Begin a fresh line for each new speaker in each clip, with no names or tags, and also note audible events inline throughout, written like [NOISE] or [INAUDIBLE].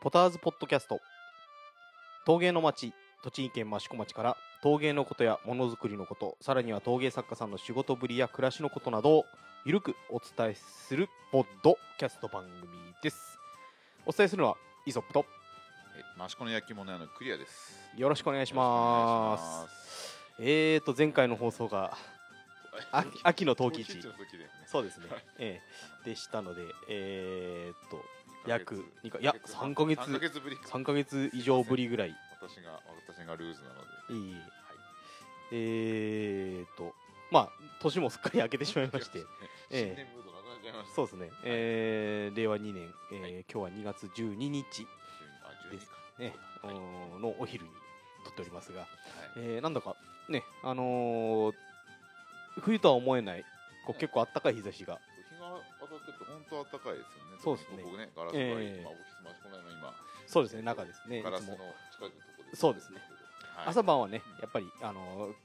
ポターズポッドキャスト陶芸の町栃木県益子町から陶芸のことやものづくりのことさらには陶芸作家さんの仕事ぶりや暮らしのことなどをゆるくお伝えするポッドキャスト番組ですお伝えするのはイソップと
マシコの焼き物屋のクリアです。
よろしくお願いしま
よろしくお願いします
えーと前回の放送があ秋の陶器市
陶の時だよね
そうですね
はい、
ええでしたのでえーと
二ヶ月
約二かいや三ヶ月
三ヶ月ぶりか。
3ヶ月以上ぶりぐらい
私が私がルーズなので。
いい、えーとまあ年もすっかり明けてしまいまして
そうです
ええ
[LAUGHS] ね新年ムードなくなっちゃいました。
そうですね、えー令和2年、えー今日は2月12日、
あ12
です
か。
ね
はいはい
おーのお昼に撮っておりますが、えーなんだかねあのー冬とは思えないこう結構あったかい日差しが、
日が当たってると本当暖かいですよね。
そうですね
特にここねガラスが今オフ
ええ
ィスマシコの屋の今
そうですね中ですねい
ガラ
つ
スの
も
近くのところ
そうですね。
はい
朝晩はねやっぱりあのー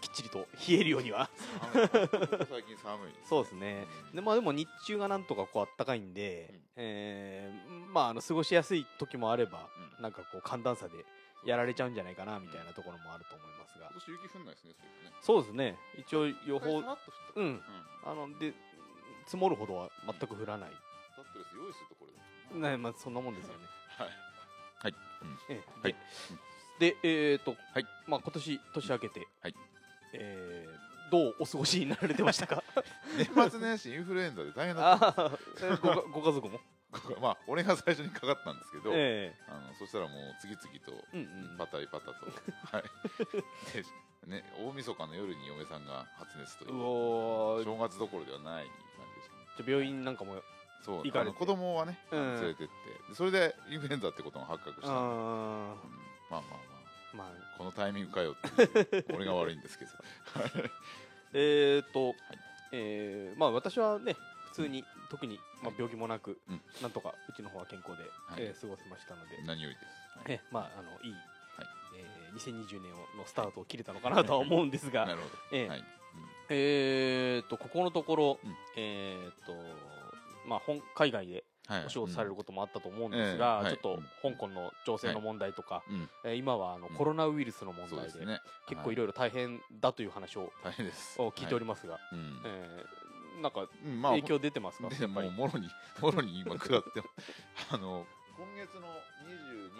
きっちりと冷えるようには
寒いここ最近寒い。
[LAUGHS] そうですねでまあ、でも日中がなんとかこうあったかいんで、
うん
えーまあ、あの過ごしやすい時もあれば、
うん
なんかこう寒暖差でやられちゃ
ゃう
うんじゃないかなみたいなところもあると思いますが
ん。今年雪降んないですね。そういうのね
そうですね一応予報
一回さらっと降った。
う
うん
んあので積もるほどは全く降らない、
だってです用意するところだもんね
ねまあ、そんなもんですよね、
はい。はい。
ええ
はい
ででえっと、
はい
まあ、今年年明けて、
はい
えーどうお過ごしになられてました
[LAUGHS]
か
年末年始インフルエンザで大変だったん
ああごかご家族も、
です [LAUGHS] よまあ俺が最初にかかったんですけど、
え
あのそしたらもう次々と
えうんうん
パタリ
[LAUGHS]
パタと、はいでね大晦日の夜に嫁さんが発熱という
うおー
正月どころではない感じでしたね
じゃあ病院なんかも
そう
行か
あ
れて
の子供はね、あの
うん
連れてってでそれでインフルエンザってことも発覚したんで、
あ
うんまあまあま
ーまあ
あこのタイミングかよっていう俺が悪いんですけど [LAUGHS] はい
えー、っと、えーまあ私はね普通に特に、まあ
はい、
病気もなく、
うん
なんとかうちの方は健康で、
はい
えー過ごせましたので、
何よりです、はい
えまああのいい、
はい
えー2020年のスタートを切れたのかなとは思うんですが、
[LAUGHS] なるほ
えー
ど、はい
えーっとここのところ、
うん
えーっとまあ本海外で
はい、
お仕事され
う
る
ん
こともあったと思うんですが、
うんええ
ちょっと香港の情勢の問題とか、
うん
えー今はあの
うん
コロナウイルスの問
そう
題
です
で、
ね
結構い
ろ
ろいろ大変だという話を
大変です
を聞いており
ま
ますが、
す、はいうん
えーなんか
うんまあ
影響出てますか、
で
やっぱ
も
り
う。もろに [LAUGHS] もろに今下って [LAUGHS] ますあの今月の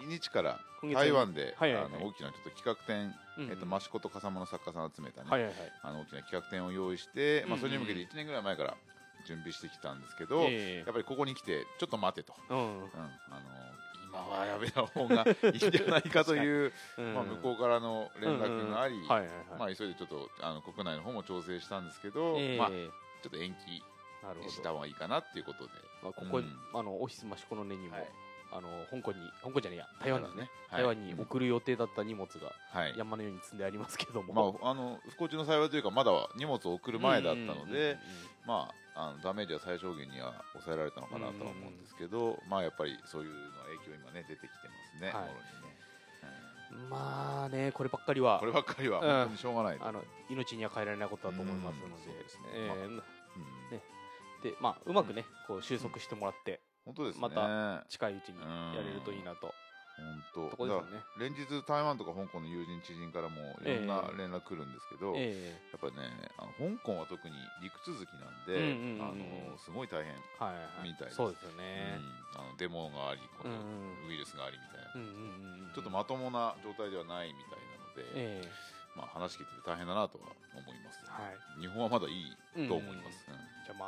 22日から
今月の
台湾で、
はいはいはい
あの大きなちょっと企画展、
うんうん
えっと益子と笠間の作家さんを集めたね、
はいはいはい。
あの大きな企画展を用意して、
うんう
ま
ん
あ、それに向けて1年ぐらい前から準備してきたんですけど、
え
やっぱりここに来てちょっと待てと、
えうん
うん、あの今はやめた方がいいんじゃないかという、
うん
まあ、向こうからの連絡があり、
うんうんはいはいはい。
まあ、急いでちょっとあの国内の方も調整したんですけど、
ええ
まあ、ちょっと延期
なるほ
した
ど。
方がいいかなっていうことで、
まあ、ここに、
う
あのオフィス益子の根にも、
はい
あの香港に香港じゃねえや台湾ですね。
はい
台湾に送る予定だった荷物が
はい
山のように積んでありますけど
ま
も、
あ、あの不幸中の幸いというかまだ荷物を送る前だったので、まあ、あのダメージは最小限には抑えられたのかなとは思うんですけど、まあ、やっぱりそういうの影響今ね出てきてますね、
はい
もろにね
うんうんうんまあねこればっかり
うん
は
こればっかりは本当にしょうがないと、
あの命には変えられないことだと思いますの
うんそう
で
ですね、
ええ
うん
ねでまあうまくねこう収束してもらって
本当ですね
ま
た
近いうちにやれるといいなと
本
と
当
こ
だ
です
か
よ
ら
ね。
連日台湾とか香港の友人知人からもいろんな連絡来るんですけど、
え
やっぱりねあの香港は特に陸続きなんで、
うんうんうんうん
あのすごい大変、
えはいはいはい
みたいです
そうですよね。
うん、あのデモがありこの
うん
ウイルスがありみたいな、
うんうんうん
ちょっとまともな状態ではないみたいなの
え
で、
え
まあ、話聞いてて大変だなとは思います、
はい
日本はまだいいと思います、うん
じゃあまあ、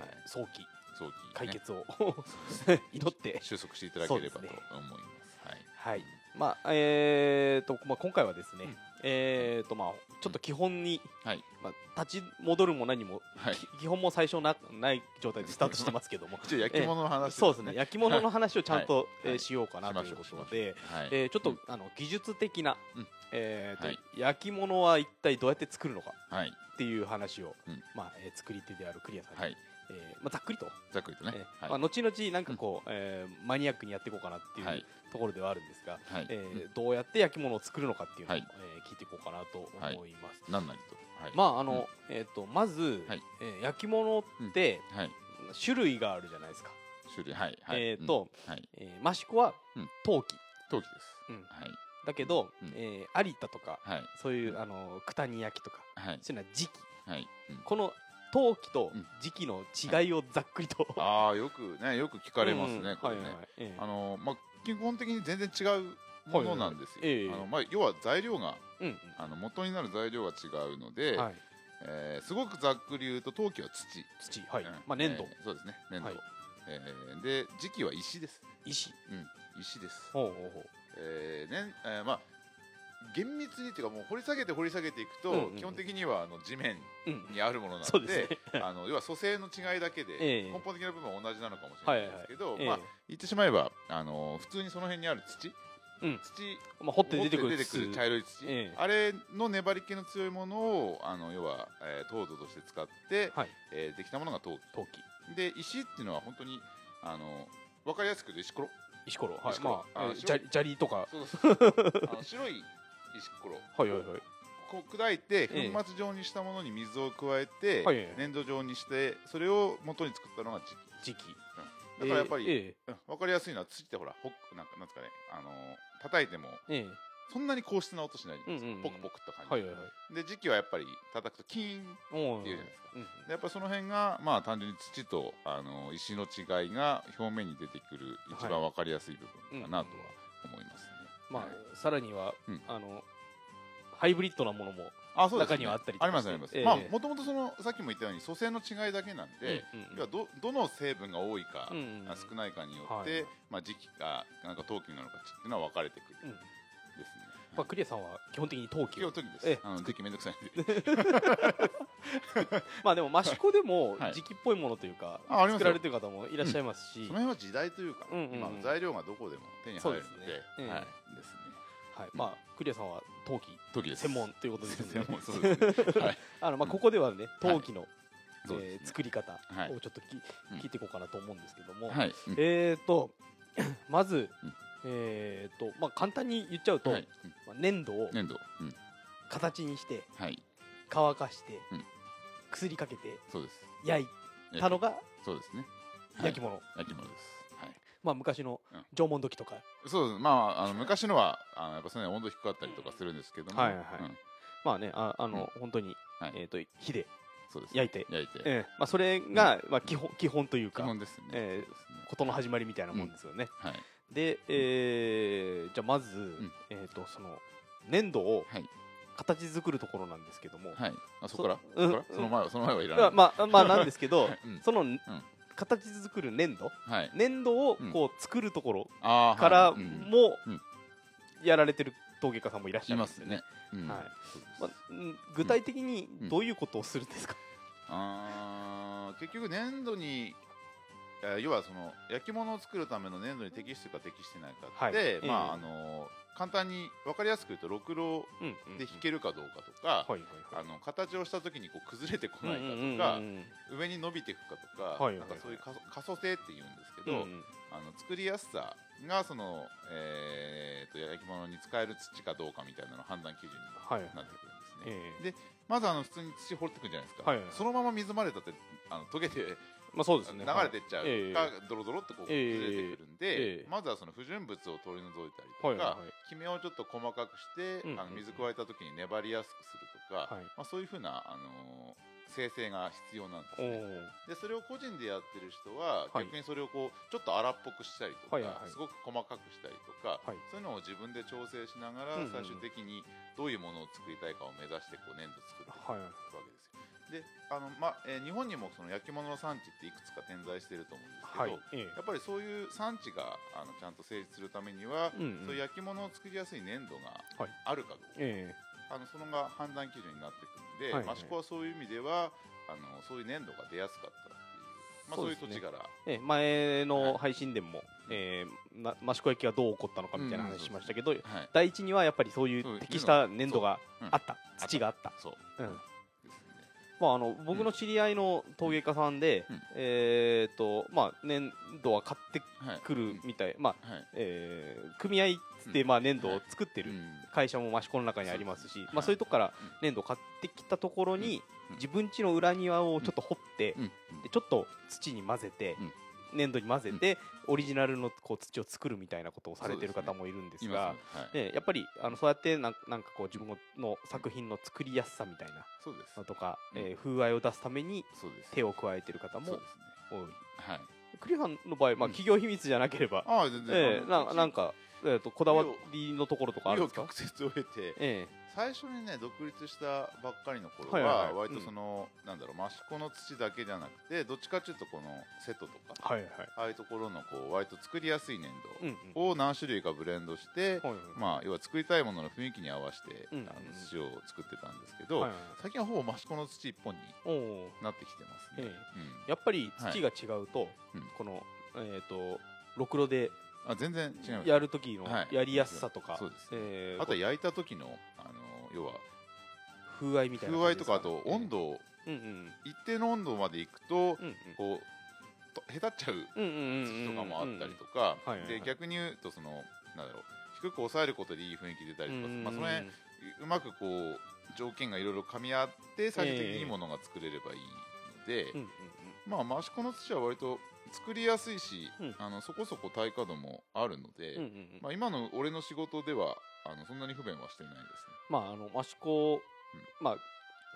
はい
早期
早期、ね、
解決を [LAUGHS] 祈って
収束していただけれ
そう
ばと思
で
い
すね
ますはい
はいまあえーとまあ、今回はですね、
うん
えーとまあ、ちょっと基本に、
はい
まあ、立ち戻るも何も、
はい
き基本も最初なない状態でスタートしてますけども
一応焼き物の [LAUGHS] 話、
そうですね焼き物の話をちゃんと、え
い
ー
はい
しようかな
し
と
ま
い
し
う
ょ
こ
う
と
しましょう
で、
はい、
えーちょっと、
うん
あの技術的な、
うん
えーと
はい
焼き物は一体どうやって作るのか
はい
っていう話を、
うん
まあえー作り手であるクリアさんに、
はい
えーまあ、ざっくりと
ざっくりとね
えー
はい、
まあ、後々なんかこう、えーマニアックにやっていこうかなって
は
いう
い
ところではあるんですが、
はい
えーどうやって焼き物を作るのかっていうのを、
はい
えー聞いていこうかなと
はい
思います、
何なりとはい
まああの、えー、とまず、
はい
えー焼き物って
はい
種類があるじゃないですか、
種種類はいはい
えーと、
うんはい
えー益子は
うん
陶器、
陶器です、
うん
はい
だけど、
うん
えー有田とか
はい
そういううあの九谷焼とか
はい
そういうのは磁器
はい、うん
この陶器と
うん
磁器の違いをざっくりと、
ああよくねよく聞かれますね、
うん
これね、
はいはいはいええ
あのまあ基本的に全然違うものなんですよ、
はいはいはいええ
あのまあ、要は材料が
うん
あの元になる材料が違うので、
はい、
えーすごくざっくり言うと陶器は土、
土はい、
うん
まあ粘土、
えーそうですね粘土、
はい
えーで時期は石です、
石
うん、石です、
ほうほうほう
えーねえーまあ厳密にっていうかもう掘り下げて掘り下げていくと、
うんうんうん
基本的にはあの地面
うん
にあるものな
そ
の
う
で
ですね
あの要は組成の違いだけで、
[LAUGHS] ええ
根本的な部分は同じなのかもしれないですけど、
ええ
まあ、言ってしまえば、あの普通にその辺にある土、
うん
土
まあ、掘って出てくる
掘って出てくる茶色い土、
ええ
あれの粘り気の強いものをあの要は、えー、糖度として使って、
はい
えーできたものが陶器
陶器
で石っていうのは本当にあの分かりやすく言うと石ころ
石ころはい
石ころ
まあ
あ
えー砂利砂利とか
そうそうそう [LAUGHS] あの白い石ころ
はいはいはい
こう砕いて
ええ
粉末状にしたものに水を加えて、
はいはい
粘土状にしてそれを元に作ったのが磁器
時期
だからやっぱ
え
り、
え
うん分かりやすいのは土ってほらほっなんかなんですかねあの叩いても
ええ
そんなに硬質な音しないじゃないですか、
うんうんうん
ポクポクと感じ、
はいはいはい
で時期はやっぱり叩くとキーン
おー
っていうじゃないですか
うん
でやっぱその辺がまあ単純に土とあの石の違いが表面に出てくる一
は
番わかりやすい部分かなとは思いますね。
ま
はい
あさらには
うん
あのハイブリッドなものも
あそうですね
中にはあったりと
あ
か
り
して
ますあります。
ええ
まあもともとそのさっきも言ったように組成の違いだけなんで、
うんうんうん
要はどどの成分が多いか、
うんうんうん
あ少ないかによって、
はい
まあ時期がなんか陶器なのかちっていうのは分かれてくる
うん
ですね。
まあクリアさんは基本的に陶器
今
を
日時です。
ええ
あの時期めんどくさいんで。
まあでも益子でも
はい
時期っぽいものというか
あありますよ
作られてる方もいらっしゃいますし
その辺は時代というか、
うんうんうん
今の材料がどこでも手に入るの
そう
で、
ですねええ
はいですね。
はいまあクリアさんは陶器
時です。
専門ということですの
専
で
門そうですね。はい。
[LAUGHS] あのまあここ [LAUGHS] ではね陶器の
そうです
え
ね
ー作り方
はい
をちょっとき
うん
聞いていこうかなと思うんですけども
はい。うん
えーと [COUGHS] まず
うん
えーとまあ簡単に言っちゃうと
はい。うん
まあ粘土を
粘土。うん。
形にして
はい。
乾かして
うん
くすりかけて
そうです。
焼いたのが
そうですね。はい
焼き物
焼き物です。はい。
まあ昔の
うん
縄文土器とか
そうです。まあ、あの、昔のは、あの、やっぱ、その温度低かったりとかするんですけども。
はいはいはい
うん
まあねああの本当に
はい
えーと火で
そうです。
焼いて
焼いて。
ええまあそれがまあ基本基本という
基
か
本ですね。
ええ
そうですね
ことの始まりみたいなもんですよね
はい。
で、えーじゃあまず、
ん
えー、とその粘土を
はい
形作るところなんですけども、
はい。あ、そこから。
うん
そこからその前は、その前はいら
ま
な
あ
い。
まあ、まあなんですけ
[LAUGHS]
ど、
うん
その、形作る粘土
はい。
粘土を
うん
こう作るところ
ああはい。
から
うん
も
うん
やられてる陶芸家さんもいらっしゃ
い
るん
ま
ですすよ
ね
ね。。
うん
はい。
そうです
まあうん具体的にどういうことをするんですか、
あー結局粘土に、えー要はその焼き物を作るための粘土に適してるか適してないかっ
は
て、
いえ
まあ
え
あのー簡単に分かりやすく言うとろくろ
うんうん
で引けるかどうかと
は
か、
いはいはい
あの形をした時にこう崩れてこないかと
うん
か、
うんうん
上に伸びていくかとか,、
はいはいは
ないんかそういう可塑可塑性って言うんですけ
うんう
ど、
んうん
あの作りやすさがその、えーと焼き物に使える土かどうかみたいなのの判断基準に
はいはい
なってくるん
ええ
ですね。でまずあの普通に土掘ってくんじゃないですか、
はいはいはい
そのまま水まれたってあの溶けて、
まあそうです
流
ね
れてっちゃうか、
ええ
ドロドロってこう
ええ
崩れてくるんで、
ええ
まずはその不純物を取り除いたりとか、
はいはいはい
キメをちょっと細かくして、
うんうんうん
あの水加えた時に粘りやすくするとか、
はい
まあ、そういうふうな、あのー生成が必要なんです
お
ね
ー
でそれを個人でやってる人は、
はい
逆にそれをこうちょっと荒っぽくしたりとか、
はいはいはい
すごく細かくしたりとか、
はい
そういうのを自分で調整しながら、
うんうんうん
最終的にどういうものを作りたいかを目指してこう粘土作っていく
はいはい
わけですよ。であの、まえー日本にもその焼き物の産地っていくつか点在してると思うんです
はい
けど、
ええ
やっぱりそういう産地があのちゃんと成立するためには、
うんうん
そういう焼き物を作りやすい粘土が
はい
あるかどうか、
え
あのそのが判断基準になってくるんで、
はいはい
益子はそういう意味ではあのそういう粘土が出やすかったっていう、ま
そ
あ、そうう
で
いう
すね
土地柄
えええ前
は
の
い
配信でも、ええな益子駅がどう起こったのかみたいな
うん
話
うん
しましたけど、
はい
第一にはやっぱりそうい
そうう
適した粘土が
そううん
あった土があった、
そう
うん
ですね
まあ、あの僕の知り合いの陶芸家さんで、
うん
えーとまあ、粘土は買って
はい
くるみたい、まあ
はい
えー組合っつって、まあ、粘土を作って
う
る
ん
会社も益子の中にありますし、
そうですね
まあ、そういうとこから
うん
粘土を買ってきたところに、
うん
自分家の裏庭をちょっと掘って、
うん
でちょっと土に混ぜて、
うん
粘土に混ぜて、オリジナルのこう土を作るみたいなことをされてる方もいるんです
い
が
ますねはい、
ねやっぱりあのそうやってなんなんかこう自分の作品の作りやすさみたいな
そうです
のとか、
うん
えー風合いを出すために
そうです
手を加えてる方
そう
も
ですね
多い
はい
クリハンの場合、まあ、
うん
企業秘密じゃなければ、
ああ全然、
ええ
あの
ななんか、えー、とこだわりのところとかあるん
紆
で
余
すか、
曲折を経て
え
最初にね独立したばっかりの頃は,、
はいはいはい
割とその、なんだろう益子の土だけじゃなくてどっちかっていうとこのセットとか
えはいはい、
ああいうところのこう割と作りやすい粘
う
土
んうん
を何種類かブレンドして、
はいはい
まあ、要は作りたいものの雰囲気に合わせて、
うんうんうん
あの土を作ってたんですけど、
はいはい
最近はほぼ益子の土一本に
おー
なってきてます
え
ね。
えやっぱり土が違うと、
うん
このえっ、とろくろで
うん、あ全然違います
やる時の
はい
やりやすさとか、
そうです
ええ
あとは焼いた時のあの要は
風合いみたいな
風合いとかあと温度を
うんうん
一定の温度までいくと
うんうん
こうとへたっちゃう
うんうんうん
土
うん
とかもあったりとか
うんはいはいはい
で逆に言うとそのなんだろう低く抑えることでいい雰囲気出たりとか、
うんうんうん
まあ、その辺うまくこう条件がいろいろ噛み合って最終的にいいものが作れればいいので、
うんうんうん
まあ益子の土は割と作りやすいし、
うん
あのそこそこ耐火度もあるので、
うんうんうん
まあ、今の俺の仕事ではあのそんなに不便はしてないですね。
まああの益子、まあ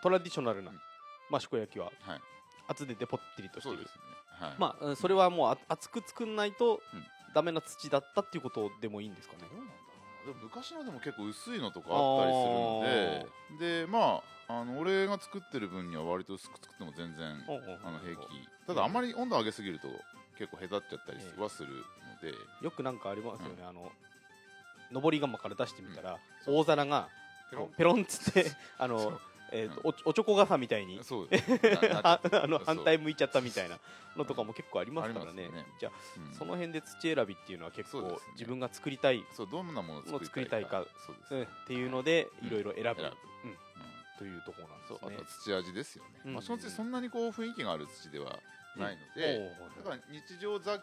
トラディショナルな
うん
益子焼きは
はい、
厚手でぽってりとして
そう
る
ですね、はい
まあうんそれはもうあ厚く作んないと
うん
ダメな土だったっていうことでもいいんですかね
どうなんだろうなでも昔のでも結構薄いのとかあったりするんででまああの俺が作ってる分には割と薄く作っても全然
おうおうおう
あの平気ただあまり温度上げすぎると結構へたっちゃったり
ええ
はするので、
よくなんかありますよね、あの上り釜から出してみたら、
うん
大皿が
ペロン
こうペロンっつって [LAUGHS] あ
そ
の
う、
えーと
う
おおちょこ傘みたいに [LAUGHS]
そうですななっちゃ
あ
っ
[LAUGHS]
て
あの
そう
反対向いちゃったみたいなのとかも結構ありますから
あり
ね
ますよね
じゃあ、
うん
その辺で土選びっていうのは結
そう
構
ですね
自分が作りたい、
そうどんなものを作りたいか
もう
そうです
う
ね、
んっていうのでいろいろ選ぶ、
選ぶ
うん
うん
というところ
そうあ
なん
と
で
は
すね。
土味ですよね、
うん
まあ、その土そんなにこう雰囲気がある土ではないので、
おー
だから日常雑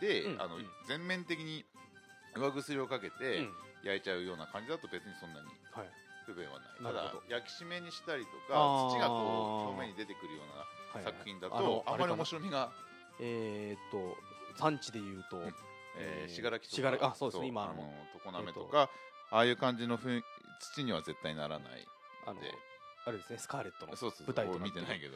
記で、
うん
あの
うん
全面的に上薬をかけ
う
て
ん
焼いちゃうような感じだと別にそんなに
はい
不便はない、
なる
ただ
ほど
焼き締めにしたりと
あ
か
ー
土がこう表面に出てくるよう
は
ない作品だと、
あの
あ
あれか
まり
な
面白みが、
えー、っと産地でいうと、
んえー、
えー
信楽と
信楽
か
あそうですね今あ
あ
の
の常滑とか、ああいう感じの雰囲土には絶対ならない
あの
で
あれですねスカーレットの
そうそうそう
舞台と
俺
なっ
見
て
て
る
ないけ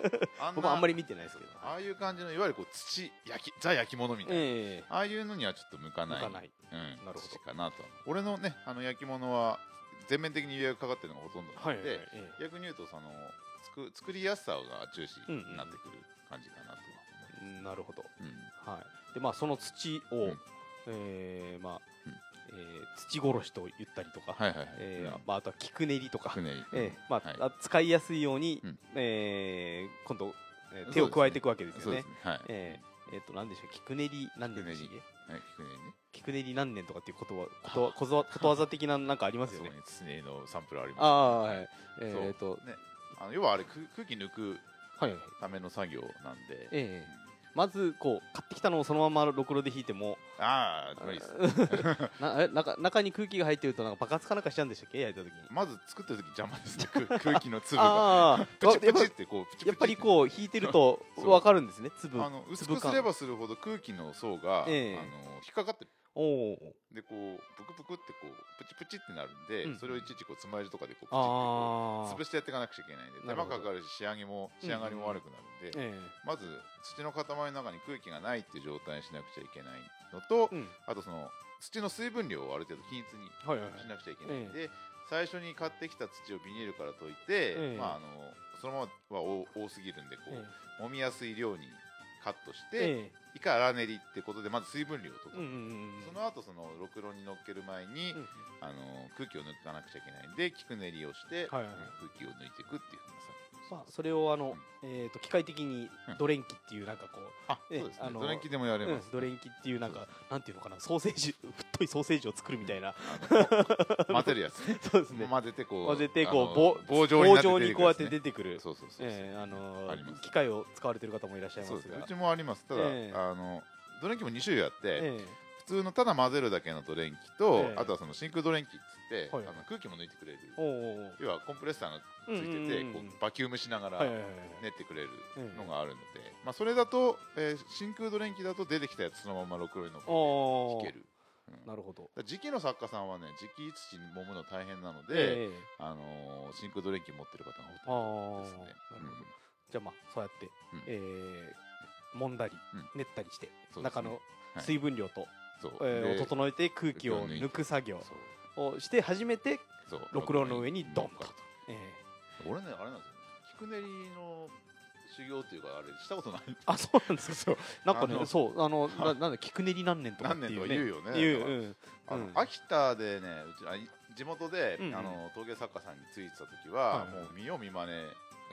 [LAUGHS]
どそうあ
僕はあんまり見てないですけど、
ああいう感じのいわゆるこう土焼きザ焼き物みたいな、
え
ああいうのにはちょっと向か
え
ない
向かない
うん、
ほど
土かなと俺のねあの焼き物は全面的に予約かかってるのがほとんどなので、
ええ
逆に言うとそのつく作りやすさが重視
うんうん
になってくる感じかなとは
うんなるほど、
思う、うん
はい、でまあその土を、
うん
えーまあ
うん
えー土殺しと言ったりとか、
はいはいはい、
えー
うん
まあ、あとは菊練りとか、
くねり
えーまあ
はい
あ使いやすいように、
うん
えー今度、えー
そうですね
手を加えていくわけですよ
そう
ね。
ですねはい、
えーえーと何でしょう菊練り何年でしたっけ
はいくねりね
菊練り何年とかっていうことわことわことわことわざ的ななんかありますよね。
あ [LAUGHS] そこに土のサンプルあります
ああはい、え
そう
ー、えーと
ねあの要はあれ空空気抜く
はいはい
ための作業なんで、
ええまずこう買ってきたのをそのままろくろで引いても
ああ無理です
[LAUGHS] なえ中中に空気が入ってるとなんか爆発かなんかしたんでしたっけ焼いた時に
まず作ってる時邪魔ですね
[LAUGHS]
空空気の粒が
ああ
プチプチっ
や
てこうプチプチ
っぱりこう引いてると
そう
分かるんですね粒
あの薄くすればするほど空気の層が、
ええ
あの引っかかってる
おお
でこうプクプクってこうプチプチってなるんで、
うん
それをいちいちこうつまようじとかでこうプチってこ
あ
う
あ
潰してやっていかなくちゃいけないんで
な
手
る
間
ほど
かかるし仕上げも仕上がりも悪くなるんで、
え
まず土の塊の中に空気がないっていう状態にしなくちゃいけないのと
えうん
あとその土の水分量をある程度均一に
はいはいはい
しなくちゃいけないんで、最初に買ってきた土をビニールから溶いて、
ええ
まあ、あのそのままは多多すぎるんでこう、
え
揉みやすい量にカットし
え
て、
え
以下粗練りってことでまず水分量を取
えうんうんうんうん
その後そのろくろに乗っける前に、
うん
あの空気を抜かなくちゃいけないんで菊練りをして、
はいはい
うん空気を抜いていくっていうふうにさ
まあそれをあ
う
の
ん
えっと機械的に
うん
ドレンキっていうなんかこう
あ
ええ
そうです
あ
ね
の
ドレンキでもやれ
う
ま
ん
す、
ドレンキっていうなんかなんていうのかなソーセージ太いソーセージを作るみたいな [LAUGHS]
混ぜるやつ
そうですね
混ぜてこう
混ぜてこう
あの棒状
棒
になって
状にこうやって
出て
出てく
くる
る
やつねそうそうそうそう、
ええあのー
あります
機械を使われてる方もいらっしゃい
そ
ま
うですすね
が
うちもありますただ、
ええ
あのドレンキも2種類あって、
ええ
通のただ混ぜるだけのドレンキと、
ええ
あとはその真空ドレンキっつって、
はい
あの空気も抜いてくれる
おお
要はコンプレッサーがついてて、
うんうんうん
こうバキュームしながら
はいはい
練
はいはい
ってくれるのがあるので、まあ、それだと、えー真空ドレンキだと出てきたやつそのままろくろにのっけて
お
弾
ー
ける。うんだか
なるほど
ら磁器の作家さんはね磁器土に揉むの大変なので、
ええ
あのー真空ドレンキ持ってる方が
あ
ほ
あなる
とんどですね
ほど。
うん
じゃあまあそうやって
うん
えー揉んだり
うん
練ったりして
そうです
中
ね
の
はい
水分量と
そう
えー
で
を整えて空気を抜く作業
そう
をして初めて
そう
ろくろの上にドンと
乗っかる
えー
俺ねあれなんですよ菊練りの修行っていうか [LAUGHS] あれしたことない
あそうなんですかそうなんか
あ
ね
の
そうあ
[LAUGHS]
のななんだ菊練り何年とかっ
何
て
年
い
と
う
か
ね
言うよね
言う
だか
うんう
らあ
ん
の秋田でねうちあい地元で、
うんうん
あの陶芸作家さんについてた時
は、
は
い
もう見よう見まね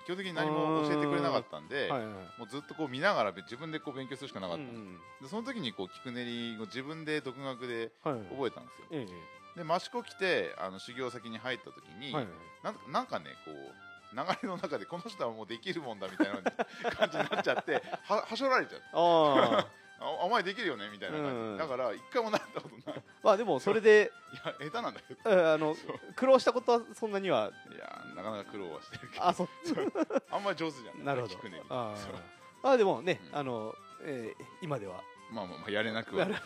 基本的に何も教えてくれなかったんで
はいはいはい
もうずっとこう見ながら自分でこう勉強するしかなかっ
う
た
ん
んです、
うん
でその時にこう菊練りを自分で独学で
はいはい
覚えたんですよ、
え
で益子来てあの修行先に入った時に、
えはいはい
なんかなんかねこう流れの中でこの人はもうできるもんだみたいな感じになっちゃってははしょられちゃって [LAUGHS]
ああ
あお前できるよねみたいな感じ、
うん
だから一回もなったことないい
まあでもそれで
や下手なんだけど
えーあの
そう
苦労したことはそんなにはい
やなかなか苦労はしてるけど
あそう
あんまり上手じゃない
なるほど
聞くね
あ
そう
ーあでもね、
うん
あの、えー今では
まあまあまあやれなくは
や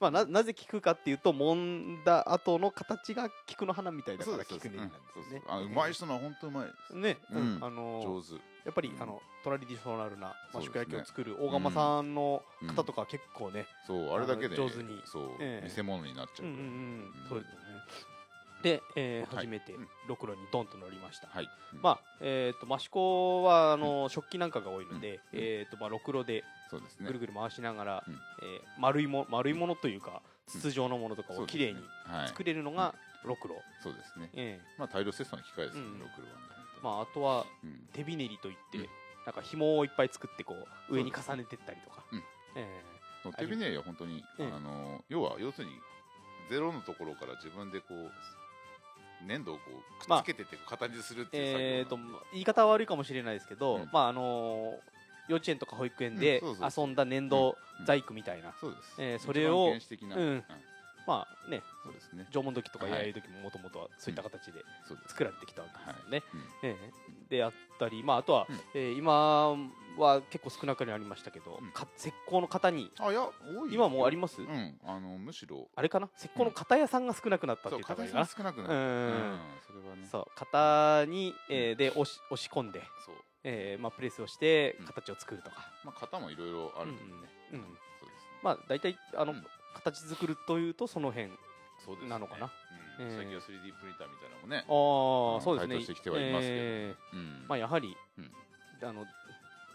まあななぜ聞くかっていうと揉んだ後の形が菊の花みたいだか
そう
ら
ですそう
聞
で
く
す
ね
う
なん
ん
ですよ
そうそ
ね
うあうまい人のは本当うまいです
ね、うん
うん
あのー
上手
やっぱり、
うん
あのトラディショナルな、ま
そ
あ、
うですね
宿焼きを作る大釜さんの方とかは結構ね、
そうあれだけで
あの上手に
そう
ええ
見せ物になっちゃ
うん
う
う
ぐ
ん
らい
うん
うん
そうですよねで、えー
はい
初めて
うん
ろくろにドンと乗りました、
はい
ま
あ
あえっ、と益子はあの、食器なんかが多いので、
うん
えっ、とまあろくろで
そうですね
ぐるぐる回しながら、
うん
えー丸いも丸いものというか
うん
筒状のものとか
そ
を
うです
き
ね
れいに
はい
作れるのがろくろ、
そうですね
え
まあ大量生産の機械ですよね
うん
ろくろはね
えまあ、あとは
うん
手びねりといって、
うん
なんか紐をいっぱい作ってこう上に
そうです
重ねてったりとか、
うん
え
そう手びねりは本当に、
ええ
あの要は要するにゼロのところから自分でこう粘土をこうくっつけてって形にするっていう作業
ええーと
なんで
言い方は悪いかもしれないですけど、
うん
まああのー幼稚園とか保育園で
うんそうそうそう
遊んだ粘土
うん
細工みたいな、
そうです、
えーそれを
一番原始的な、
うんまあね
そうですね
縄文土器とか
はい
弥生土器ももともとはそういった形で
そうです
作られてきたわけですよね、
うん
ええであったり、まあ、あとは、
うん
えー今は結構少なくなりましたけど、
うん
か石膏の型に
あいや多い
今もうあります、
うんあのむしろ
あれかな石膏の型屋さんが少なくなったって
そう
言った方がい
形
いか
が
な
少なくな
う
る
ん
それはね
そう型に、えーで押し押し込んで、
そう
えーまあ、プレスをして
うん
形を作るとか、
まあ型もいろいろあるんでね、
うんうん
そうですね
まあ大体あの、
うん
形作るというとその辺
そうですね
なのかな、
うん
ええ
最近は 3D プリンターみたいなのも
あ
ね
あ、
うん
そうですね
台頭してきてはいますけど
え
うん
ーまあやはり、
うん
あの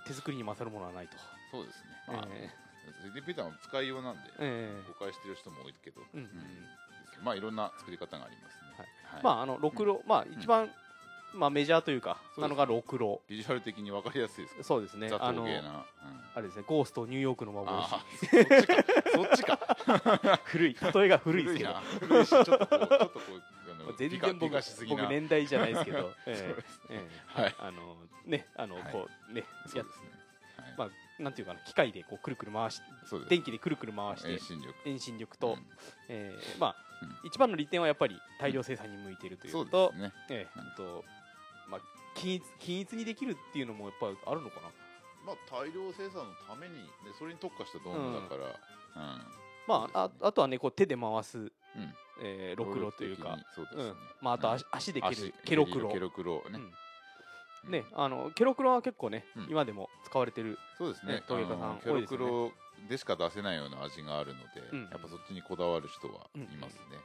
手作りに勝るものはないと、
そうですね、まあ
え
3D プリンターも使いようなんで
ーえー
誤解してる人も多いけど、
うん
まあいろんな作り方がありますね、はい
まああのろくろ、まあ一番、まあメジャーというか
そ
な
うです
のがろくろ
ビジュアル的に分かりやすいですか
そうですね
ザ
あ
陶
の
芸な、うん、
あれですねゴーストニューヨークの幻
あーそっちかそっちか
[LAUGHS] 古い例えが古いですけど
な古いしちょっとこうちょっとこうあの
全
美化
然僕
美化しすぎな
僕年代じゃないですけど、え
[LAUGHS] そう
ー
ですね
えー
はい
あのねあの
はい
こうね
そ
や
うですねはい
まあなんていうかな機械でこうくるくる回し
そうです
電気でくるくる回して
遠心力
遠心力
う
と
ん、
えーまあ
う
一番の利点はやっぱり大量生産に向いているとい
そうう
の
で
と
すね
えーうんとまあ均一均一にできるっていうのもやっぱりあるのかな
まあ大量生産のためにねそれに特化した道具だから
まあ
そうですね
ああとはねこう手で回す
うんうん
えー、ろくろというか、
そうです
う
ね
ん、まああと足,、足で蹴るケロクロ、
ケロクロね
うん、ねあのケロクロは結構ね、
うん
今でも使われてる
そうですね
ね陶芸家さん
あの
多いですよね
ケロクロでしか出せないような味があるので、
うん
やっぱそっちにこだわる人はいますね、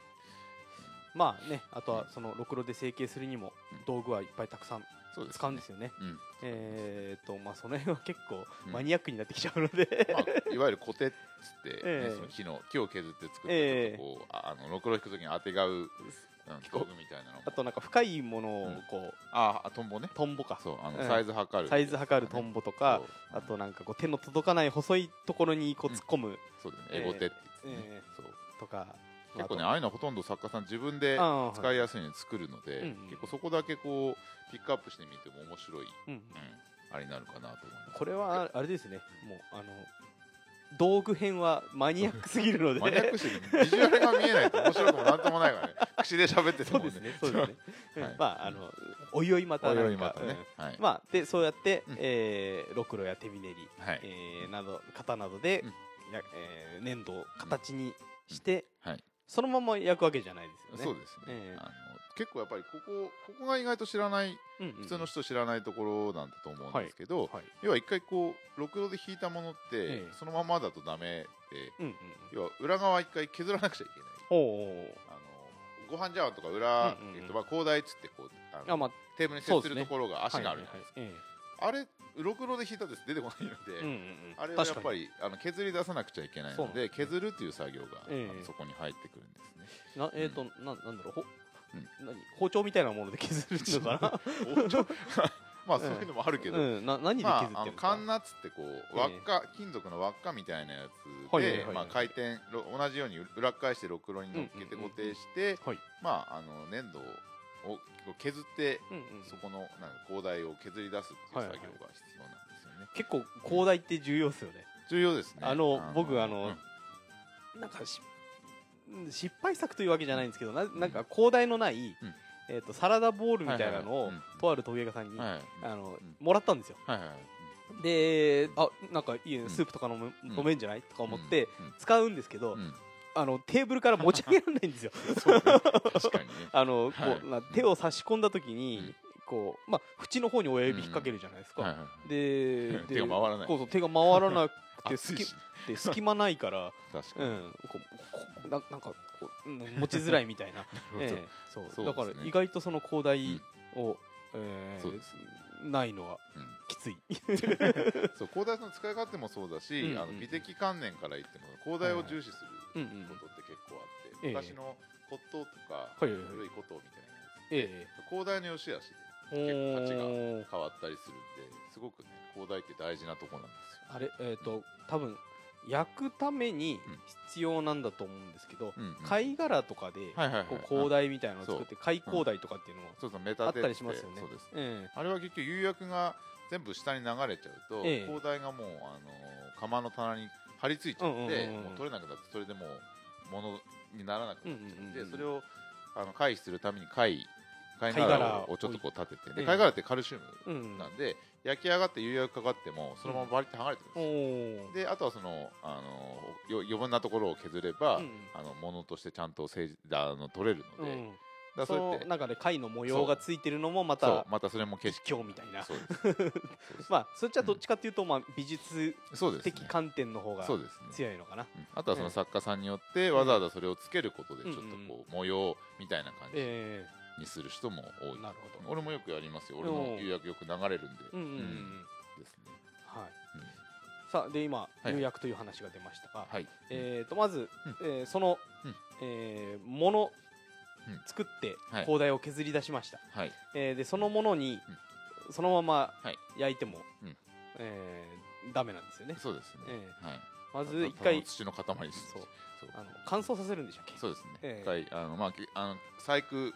まあねあとは
うん
そのろくろで成形するにも
うん
道具はいっぱいたくさん
そうですね
使うんですよね、
うん
えー、とまあその辺は結構
うん
マニアックになってきちゃうので、 [LAUGHS]
ま [LAUGHS] あ、いわゆるコテっつって、ね
ええ
その木の木を削って作った
ええ
とこう、ああのろくろ引く時にあてがう、うん、道具みたいなのも
あとなんか深いものをこう、
ああトンボね
トンボか
そうあの、
うん
サイズ測る
サイズ測るトンボとか、
そう
あとなんかこう手の届かない細いところにこう突っ込む
そうだね
ええ
エゴテって言ってね、
え
そう
とか、
結構ね
あ
ああいうのはほとんど作家さん自分で
とあー
使いやすいように作るので、
うんうん
結構そこだけこうピックアップしてみても面白い、
うん
うん、あれになるかなと思います
これはあれですねもうあの道具編はマニアックすぎるので
マニアックしてるビジュアルが見えないと面白くもなんともないからね口で喋って
[LAUGHS]
て
そう
もね
ですねそうですね、うん
[LAUGHS] はい
まああのおいおいまた
おい
なんか
おいまたね、はい
うん、まあでそうやって、
うん
えー、ロクロや手びねり、
はい
えーなど型などで、
うん
やえー粘土を形にして、
うんはい
そのまま焼くわけじゃないです
そ
よ
う
ね
ですね、
ええ
あの結構やっぱりここここが意外と知らない
うんうん
普通の人知らないところなんだと思うんですけど、
はい
要は一回こうろくろで引いたものって、
ええ
そのままだとダメで
うんうん
要は裏側一回削らなくちゃいけない
おお
あのご飯茶碗とか
うん
裏、
うんうん
えっとまあ、広大っつってこうあの
あまあ
テーブルに
そうですす
接る
ね
ところが足があるじゃないですか
はいはいはい
あれろくろで引いたです出てこないので、
ええうん
あ
うんう
れ
ん
はや
確
っ
か
ぱ
に
りあの削り出さなくちゃいけない
そうな
の
んで
です
ね
削るっていう作業が、
ええ
あのそこに入ってくるんですね
なえっ、となんなんだろうほ、
う
何包丁みたいなもので削るのかな [LAUGHS]
おちょ [LAUGHS] まあそういうのもあるけど、
うんな何で削って
ま
るん
あ、あ
で
の
すか、
カンナっつってこう
ええ
輪っか、金属の輪っかみたいなやつ
はい
で、
はいはいはい
まあ、回転ろ同じように裏返してろくろに乗っけて
うんうんうんう
固
ん
定して、
はい、
まああの粘土をを削って、
うんうん、
そこのなんか高台を削り出すってい
はい
う作業
はい
が必要なんですよね、
結構広大って重要ですよね
重要ですね
あの僕あの
うん
なんかしうん失敗作というわけじゃないんですけどななんか広大のない、えー、とサラダボールみたいなの
は
を
いはいはいうん
とある陶芸家さんに、
はい
あの
うん
もらったんですよ
はいはいはい
であなんかいいね
うん
スープとか飲む
ん
飲めんじゃないとか思って
うん
使うんですけど、
うんうん
あのテーブルから持ち上げられないんですよ
そうね確かにね
あの、
はい
こうな手を差し込んだ時に、
うん
こうまあ縁の方に親指引っ掛けるじゃないですか、
はいはいは
でで
[LAUGHS] 手が回らない
そうそう手が回らなく
い
て
[LAUGHS] 熱い
隙
し
で隙間ない
[LAUGHS]
から
確か
う
に、
ん、ここななんかこううん持ちづらいみたいな、
なるほ
え
ど
えそう
[LAUGHS] そう
だ
です
か
ね
ら意外とその広大を、ええ
[LAUGHS] そうで
ないのは
うん
きつい
そう広大さんの使い勝手もそうだし、
うんうん
あの美的観念から言っても広大を重視す
うん
る
うんうん
ことって結構あって、
ええ
昔の骨董とか、
はいはいはい
古い骨董みたいなや
[LAUGHS] え
つ広大の良し悪し
え
で結構価値が
おー
変わったりするんですごくね広大って大事なとこなんで
あれえっ、と多分焼くために必要なんだと思うんですけど、
すよ、うんうん
貝殻とかで、
はいはいはい
こう広大みたいなのを
そう
作って貝広大とかっていうのも
そうそうメ
あ
タ
っ
テ
たりしますよね
そうです
え
あれは結局釉薬が全部下に流れちゃうと、
ええ
広大がもう、あのー釜の棚に張り付いちゃって、
うんうんうんうん
もう取れなくなってそれでもう物にならなくなっちゃって、
うんうんうんうん
それをあの回避するために貝貝
貝
殻
殻
をちょっとこう立てて
ええ
で貝殻ってカルシウ
えう
ム
ん
なんで、焼き上がって釉薬かかってもそのままバリって剥がれてく
お
るんですよ、
ー
であとはその、あのーよ余分なところを削れば、
うん
あの物としてちゃんとせいあの取れるの
う
で、
ん、
だから
そ
そうやっ
の
て
中で貝の模様がついてるのもま
そ
た
うまたそれも景色
今日みたいな
そうですそうです
まあそっちはどっちかっていうと、まあ、美術
そうですね
的観点の方が
そうですね
強いのかな。
うんあとはそ
え
の
え
作家さんによってわざわざそれをつけることでちょっと
うんうん
こう模様みたいな感じ
え
にする人も多
え
い
なるほど。
俺もよくやりますよ俺
お
も
う
釉薬よく流れるんで
うんうんうんう。
うんですね
はい。
うん
さあで今
い
釉薬という話が出ましたが、
はい
えーとまず、
うん
えーその、
うん
えーもの
うん
作って
はい
広大を削り出しました。
はい
えーでそのものに、そのまま
はい
焼いても、
うん
えーダメなんですよね。
そうですね
え
はい
ま
ま
ず一回
土の塊です
そう
そう
あの乾燥させるんでしたっけ。
そうです
え
ね
え
一回あのまあきあの細工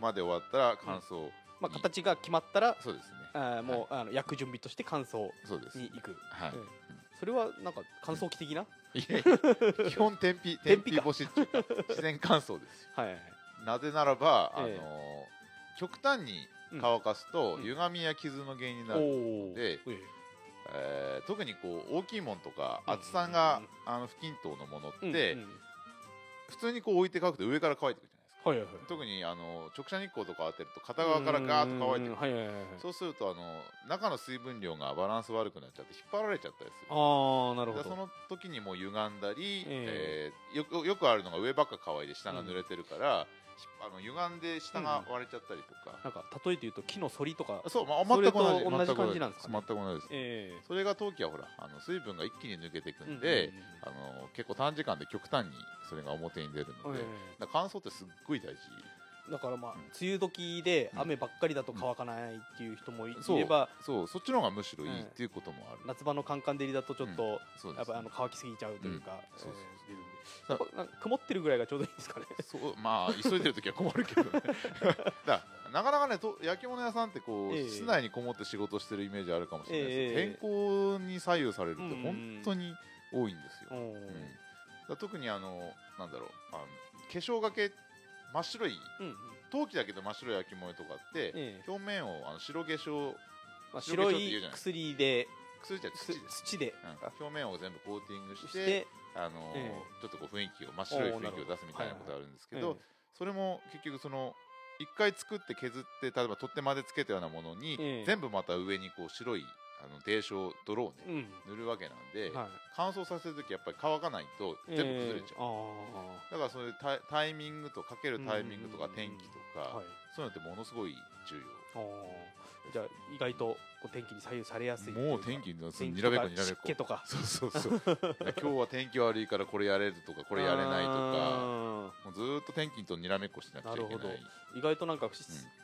まで終わったら乾燥
まあ形が決まったら、
そうですね
あーもう、あの焼く準備として乾燥
そうです
に行く。
はい
うんそれはなんか乾燥機的な、
いやいや基本天日
[LAUGHS] 天
天
日
日
か
干しっていうか自然乾燥ですよ
はいはいはい
なぜならば、
[LAUGHS] ええ
あの極端に乾かすと、
うん
歪みや傷の原因にな
お
る、
ー
で
え
えー特にこう大きいものとか
うん
厚さが、あの不均等のものっ
え
て、
うんうん
普通にこう置いて乾くと上から乾いてくるじゃないですか
はいはいはい
特にあの直射日光とか当てると片側からガーッと乾い
うん
てくる
はいはいはいはい
そうするとあの中の水分量がバランス悪くなっちゃって引っ張られちゃったりする
ああなるほど
だからその時にもう歪んだり、
え
えーよくよくあるのが上ばっか乾いで下が濡れてるから、ひあの歪んで下が割れちゃったりとか、
なんか例えて言うと木の反りとか
そう、まあ、
そ
全
れ
く
と
同じ
同じ感じなんですかね
全く同じです、
え
それが陶器はほらあの水分が一気に抜けていく
え
んで、
うんうんうん
あの結構短時間で極端にそれが表に出るので、
え
だから乾燥ってすっごい大事
えだからまあ
うん
梅雨時で
うん
雨ばっかりだと乾かないっていう人もい
そう
いれば
そうそっちの方がむしろい
え
い
え
っていうこともある、
夏場のカンカン照りだとちょっと
そう
や
で
っ
す、ね
ぱあの乾きすぎちゃうというか
うんそうそう
ええ出るんでやっぱなんか曇ってるぐらいがちょうどいいんですかね
そうまあ急いでる時は困るけど
[LAUGHS]
ねだからなかなかねと焼き物屋さんってこう、
ええ
室内にこもって仕事してるイメージあるかもしれないですけど、
ええ
天候に左右されるって
うんうん
本当に多いんですよ、
お
うんだか
ー
ら特にあのなんだろうあの化粧がけ真っ白い
うんうん
陶器だけど真っ白い焼き物とかって、
ええ
表面をあの白化粧
まあ
白
白
化粧って言う
い
じゃない
薬で
薬じゃ土
す
です、
土で
うん表面を全部コーティングして
して
あの
ええ
ちょっとこう雰囲気を真っ白い雰囲気を出すみたいなことあるんですけど、
え
それも結局その一回作って削って例えば取っ手までつけたようなものに、
ええ
全部また上にこう白いあの泥漿泥をね
えうん
塗るわけなんで、
はい
乾燥させる時やっぱり乾かないと全部崩れち
ええ
ゃう、
あ
だからそういうタイタイミングとかけるタイミングとか
うんうんうん
天気とか、
あはい
そういうのってものすごい重
あーじゃあ意外とこう天気に左右されやすいとい
要
か
もう天気のそ
天
のに
気と
らめっ
か
こにらめっ
湿
こ
気とか
そうそうそう [LAUGHS] 今日は天気悪いからこれやれるとかこれやれない
あ
とかもうずーっと天気とにらめっこしなくちゃいけ
なるほ
な
ど
い
ー意外となんか、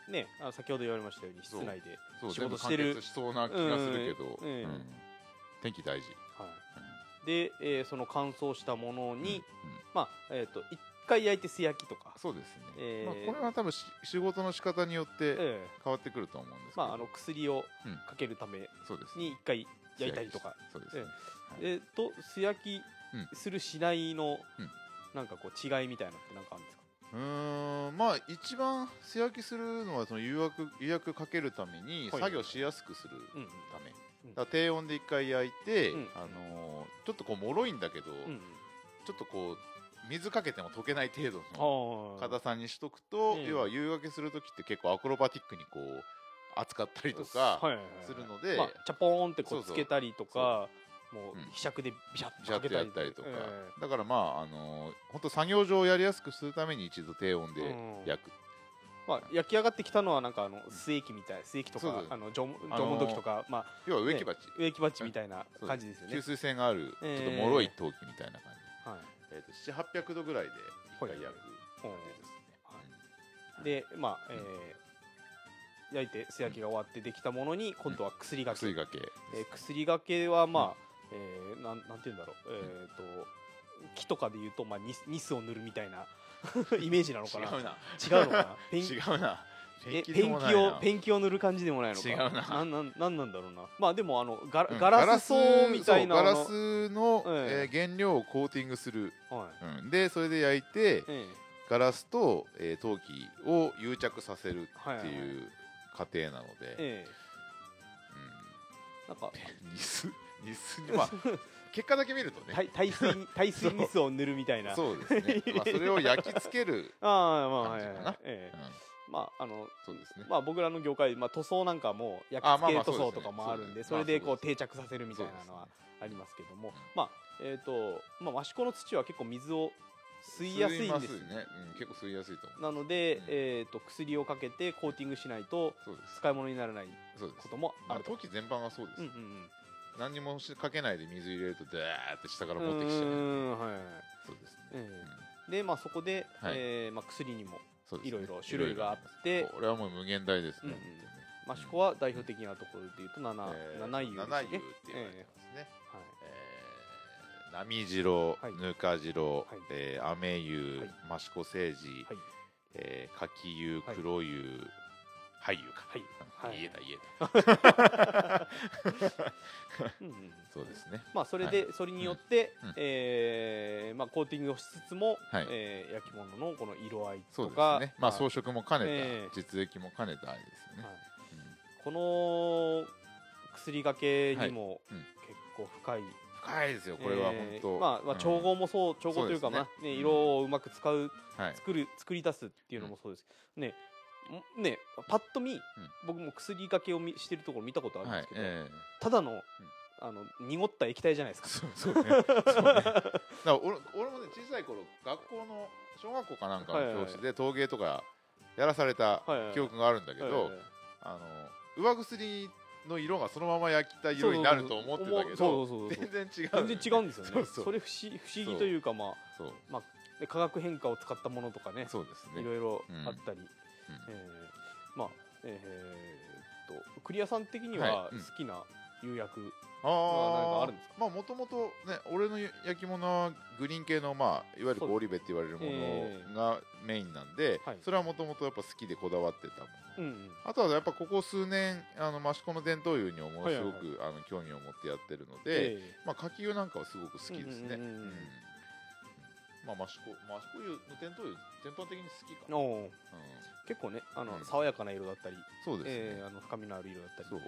ねあの先ほど言われましたように室内で
そう
仕
全
事
部
して
完
る
結しそうな気がするけど、
うんうん
うん天気大事、
はい、で、えーその乾燥したものに、
うんうん
まあえっ、と一回焼いて素焼きとか、
そうですね、
えー
まあ、これは多分し仕事の仕方によって
ええ
変わってくると思うんですけ
ま
ど、
ああの薬を
うん
かけるため
そうです
に一回焼いたりとか、
そうですね、はい
えっ、と素焼き
うん
するしないの、
うん
なんかこう違いみたいなのってなんかあるんですか？
うーんまあ一番素焼きするのはその誘惑誘惑かけるために
はい
作業しやすくする
うんうん
た
う
め、
ん
だから低温で一回焼いて、
うん
あのーちょっとこう脆いんだけど、
うん
ちょっとこう水かけても溶けない程度の
うん、ああ
硬さにしとくと、
ええ
要は夕焼けする時って結構アクロバティックにこう扱ったりとか、
はいはいはい
するので
まあ、チャポーンってこ
そう
う
そう
つけたりとか、もう
うん
ひしゃくでビシャッ
ジ
とか
ャッ
け
とや
た
っ
り
たりとか、
え
だからまああの本当作業上やりやすくするために一度低温で
うん
焼く、
えまあ、焼き上がってきたのはなんかあの素液みたい素液と
そう
か
そう
あの縄文
あのー
縄文土器とか、まあ、
要は植木鉢、
植木鉢みたいな感じですよね。
吸水性があるちょ
え
っ
え
と脆い陶器みたいな感
は
じ、えーと700800度ぐらいで一回焼
い
く感じです
は
ね、
い
うん
うんでまあ、えー焼いて素焼きが終わってできたものに今度は薬がけ、
薬がけ
えー薬がけはまあ、えーなんなんて言うんだろう、えー、と木とかで言うと、まあ、ニスニスを塗るみたいな [LAUGHS] イメージなのかな
違うな
違うのかなペン
[LAUGHS] 違うな
えペン
でもない
キを
な
ペンキを塗る感じでもないのか
違うなん
なんなんなんだろうなまあでもあのガラ,、
うん
ガラス層みたいな
ガ
あの
ラスの、
うん
えー原料をコーティングする、
はい
うん、でそれで焼いて
ええ
ガラスと、えー陶器を癒着させる
はい
って
はいはい
いう過程なので、
ええなんか
うん、ニス [LAUGHS] ニスにまあ [LAUGHS] 結果だけ見るとね [LAUGHS]
耐耐水に耐水ニスを塗るみたいな
そ
[LAUGHS]
うですね、まあ、それを焼き付ける、
ああまあはい
感じか
は、
ない
え
うん
え、まああの
そうですね
まあ僕らの業界、まあ、塗装なんかも焼
あ
き
ま
付
あま
け
あ
塗装とかもあるんでそ
そうですね
れでこ
まあ
う
そうで
定着させるみたいなのはありますけども、
ん
まあえっ、とまあ益子の土は結構水を吸いやすいん
ま
です
ね、うん、結構吸いやすいと思う
なので、
うん
えー、と薬をかけてコーティングしないと
そうです
使い物にならない
そうで
こ
す
ともあ
まあ
ると、
陶器全般がそうです、
うんうんうん
何にもしかけないで水入れるとダーって下から
う
持ってきちゃう
ーんはいはいは
そうですね、
ええ
うん
いでまあそこで、
はい
えーまあ、薬にも
そうです
い
ね
ろいろ種類があって
これはもう無限大ですね
うんうん
本当にね
益子は代表的なところで言うと7、
えー
七湯です
七湯っ
ね
て言われてますね
はい
えー波白
はい
ぬか白
はい
えー雨湯益子聖治
はい
えー柿湯黒湯俳優か
はい
うん
はい
言えた言え
うんうん
たそうですね
まあ、それで、それによって、
うんうん
えーまあ、コーティングをしつつも、
はい
えー焼き物のこの色合い
そう
と
です
か、
ねまあ
はい
装飾も兼ね
え
た実益も兼ねたあれですよ
は
ね
い
うん
この薬がけにも
はいうん
結構深い、
深いですよこれは
えー
本当
まあまあ、調合もそう、調合というか
そうです
ま
ね
あね
うん
色をうまく使う
うんはい
作る作り出すっていうのもそうです、ねんねパッと見、僕も薬がけを見してるところ見たことあるん
は
で
い
すけど、
えー
ただのあの濁った液体じゃないですか。
[LAUGHS] そうそうね。そうねだから俺俺もね小さい頃学校の小学校かなんか
はいはいは
の
い
教室で陶芸とかやらされた
はいはい
記憶があるんだけど、
えー
あの上薬の色がそのまま焼きた色になると思ってたけ
そ
ど
うそうそうそう
[LAUGHS] 全然違うのよ
全
ね、
然違うんですよね。そ
そうそう
れ不思議不思議というかまあ
そう
で化学変化を使ったものとかね
そうです
い
ね
ろいろ
うん
あったり、えーまあえーっとクリアさん的に
は
はい
うん
好きな釉薬なんか
あ
あ
あ
るんですか
まあもともとね俺の焼き物はグリーン系のまあいわゆる
そう
ゴリベって言われるも
ええ
のがメインなんで、
はい
それはもともとやっぱ好きでこだわってたもの
うんうん
あとはやっぱここ数年あの益子の伝統湯にものすご
はい
く、あの興味を持ってやってるので、
え
まあ柿湯なんかはすごく好きですね
う
うん
うん
ん
うんうん
まあ益子益子湯の伝統湯全般的に好きか
え
な、うん、
おー結構ねあの、
うん
爽やかな色だったり、
そうですね、
ええあの深みのある色だったり
そう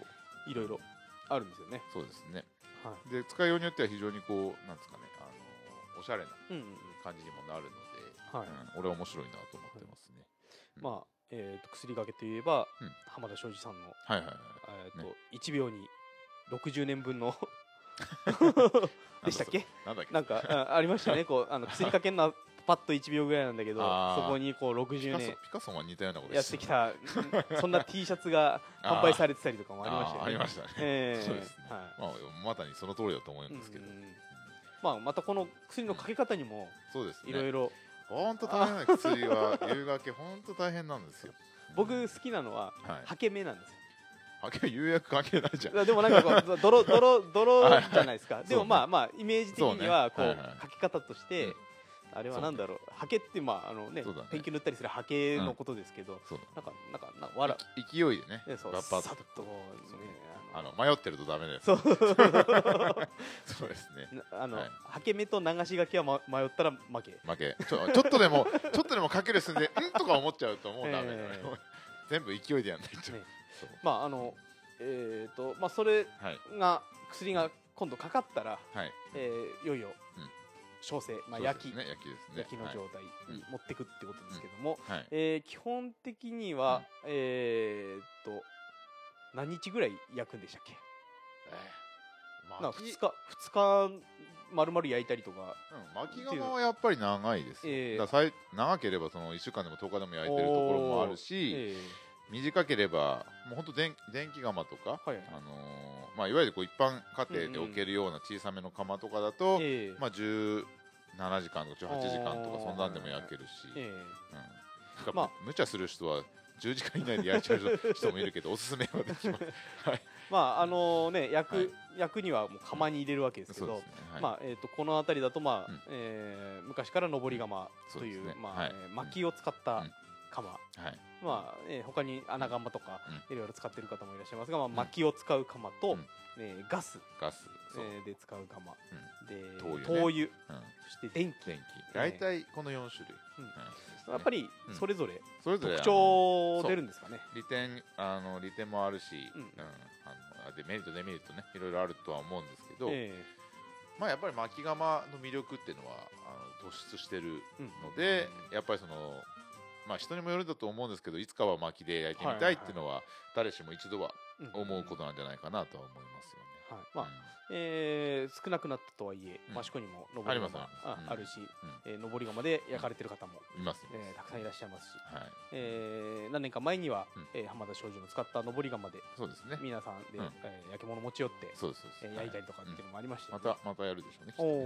いろいろあるんですよね
そうですね
は、
で使いようによっては非常にこうなんですかねあのおしゃれない
うんうんうん
感じにもなるので、
はい
うん、俺は面白いなと思ってますね、
まあ、えー、と薬掛けといえば、
うん
浜田庄司さんの、
はいはいはい
えーと
ね
1秒に60年分
[LAUGHS]
のでしたっけ
なんだっけ
なんかあありましたねこうあ
[LAUGHS]
の薬かけんのはパッと1秒ぐらいなんだけど
あー
そこにこう
ピ
60
カソ
年
ピカソが似たようなこと
やってきたん
[LAUGHS]
そんな T シャツが販
あー
売されてたりとかもありました
あ
よ
ー
ね
ありましたね、
ええ
そうですね、
は
まあ、まさにその通りだと思う
い
んですけど、
うんうんうんまあ、またこの薬のかけ方にも
そうですね
いろいろ
本当大変な
[LAUGHS]
薬は夕焼け本当大変なんですよ
僕好きなのは
はい
はけ目なんですよ
はけ夕焼け関係ないじゃ
[LAUGHS]
ん
でもなんか
[LAUGHS]
こう泥泥泥
はい
じゃないですか、でも
そうね
まあまあイメージ的にはこ
そううねはいはい
書き方として、
うん
あれはなんだろうハケってまああのね
そうだね
ペンキ塗ったりするハケのことですけど、
そう
な
だ
んかなんかなんかわら
い勢いでね
ねそう
バッパ
さ
ッ
っ
と
とこう
そう
ね
ね
あ
あ
の
の迷ってるとダメです
そう
[LAUGHS] そうですね
なあの、
はい
ハケ目と流し書きは、ま、迷ったら負け
負けちょちょっとでも [LAUGHS] ちょっとでもかける寸前うんとか思っちゃうともうダメだよ、
ええ
[LAUGHS] 全部勢いでやんないと、
ね
そう
まああのえっ、とまあそれ
はい
が薬が今度かかったら、
はい、
えーいよいよ
うん
焼成、まあ、
そうで
焼
す
き、
ね焼きですね
焼きの状態に持ってくってことですけども、
はい、はい
えー基本的には、えーっと何日ぐらい焼くんでしたっけ
えー
なんか
薪
2日2日丸々焼いたりとか
うん巻き窯はやっぱり長いですよ、
ええ
だからさい長ければその1週間でも10日でも焼いてるところもあるし、
え
短ければもう本当電電気窯とか、
はい
あのーまあ、いわゆるこう一般家庭で置けるような小さめの窯とかだと、
ーえー
まあ、17時間とか18時間とか
あー
そんなんでも焼けるし、
えー
うんなんか
まあ
無茶する人は10時間以内で焼いちゃ
[LAUGHS]
う人人もいるけどおすすめはできます
まああのね焼く、
はい
焼くにはもう釜に入れるわけですけ
そう
ど、
ですね、はい
まあえーっとこの辺りだと、まあ
うん
えー昔から上り窯という
そうですね
まあ
はい
えー薪を使った
うん
窯、
はい
まあえー他に穴窯とか
うん
いろいろ使ってる方もいらっしゃいますが、まあ、薪を使う窯と、
うん
えーガス
ガスそう、
えーで使う釜、で
灯油ね
灯油
うん、
そして電気、
電気大体この4種類、
うん
ですね
やっぱり
うん
それぞれ
それぞれ
特
あの
徴出るんですかね、
利点あの利点もあるし、
うん
うんあのデメリットデメリットねいろいろあるとは思うんですけど、
え
まあ、やっぱり巻き窯の魅力っていうのはあの突出してる
えうん
ので、やっぱりその、まあ、人にもよるんだと思うんですけどいつかは巻きで焼いてみたいっていうのは誰しも一度は
うん
思うことなんじゃないかなとは思いますよね。
はいまあえー少なくなったとはいえ
うん
益子にも上
あ
り
り
窯
ますあ
あ
りますうん
あるし、えー上り窯で焼かれてる方も、
うんいますね、
えーたくさんいらっしゃいますし、
はい、
えー何年か前には、
うん
えー浜田商事の使った上り窯で
そうですね
皆さんで、
うん
えー焼き物持ち寄って、
そうですそ
え
うです
ー焼いたりとか
は
っていうのもありました
ま
よね、
たまたやるでしょうねきっと
お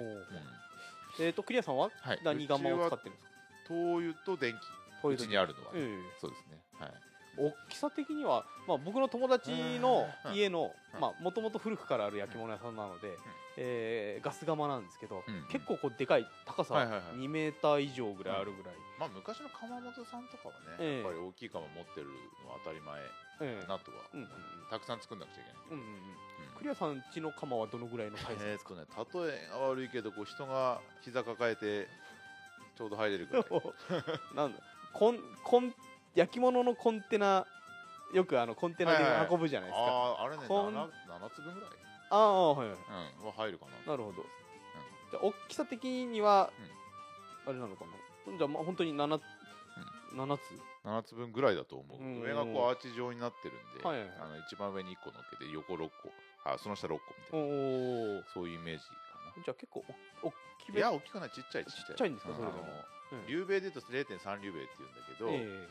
ね
お、えー、とクリアさんは
うんはい、
何釜を使ってるんですか
うちは灯油と電気
こういう時
ちにあるのは、
ええ
そうですねはい
大きさ的には、まあ、僕の友達の
うん
家の
うん
もともと古くからある焼き物屋さんなので、えーガス窯なんですけど、
うん
結構こうでかい高さ
はいはいはい
2メーター以上ぐらいあるぐらい、
まあ、昔の窯元さんとかは
ええ
ね、やっぱり大きい窯持ってるのは当たり前
ええ
だなとは、
うんうんうん
たくさん作んなくちゃいけな
うん
いけど、
うんうん
うん
クリアさん家の窯はどのぐらいのサイズ
え
で
ーっ
すか、
とね例えが悪いけどこう人が膝抱えてちょうど入れる
[LAUGHS]
ぐらい
なんだこんこん焼き物のコンテナよくあのコンテナで
はいはい
運ぶじゃないですか、
あああれね
こん
7, 7粒ぐらい、
ああはいはい
うん、は入るかな
なるほどじゃあ大きさ的には、あれなのかなじゃあまあ本当に 7, 7つ
7粒ぐらいだと思う
うん
上がこうアーチ状になってるんで、
はいはいはい
あの一番上に1個乗っけて横6個あその下6個みた
お
いな
お
そういうイメージか
じゃあ結構お大き
な
め
いや大きくないちっちゃい
ちっちゃいんですか
う
それでも
あの
うん
竜兵で言うと0.3竜兵っていうんだけど、
え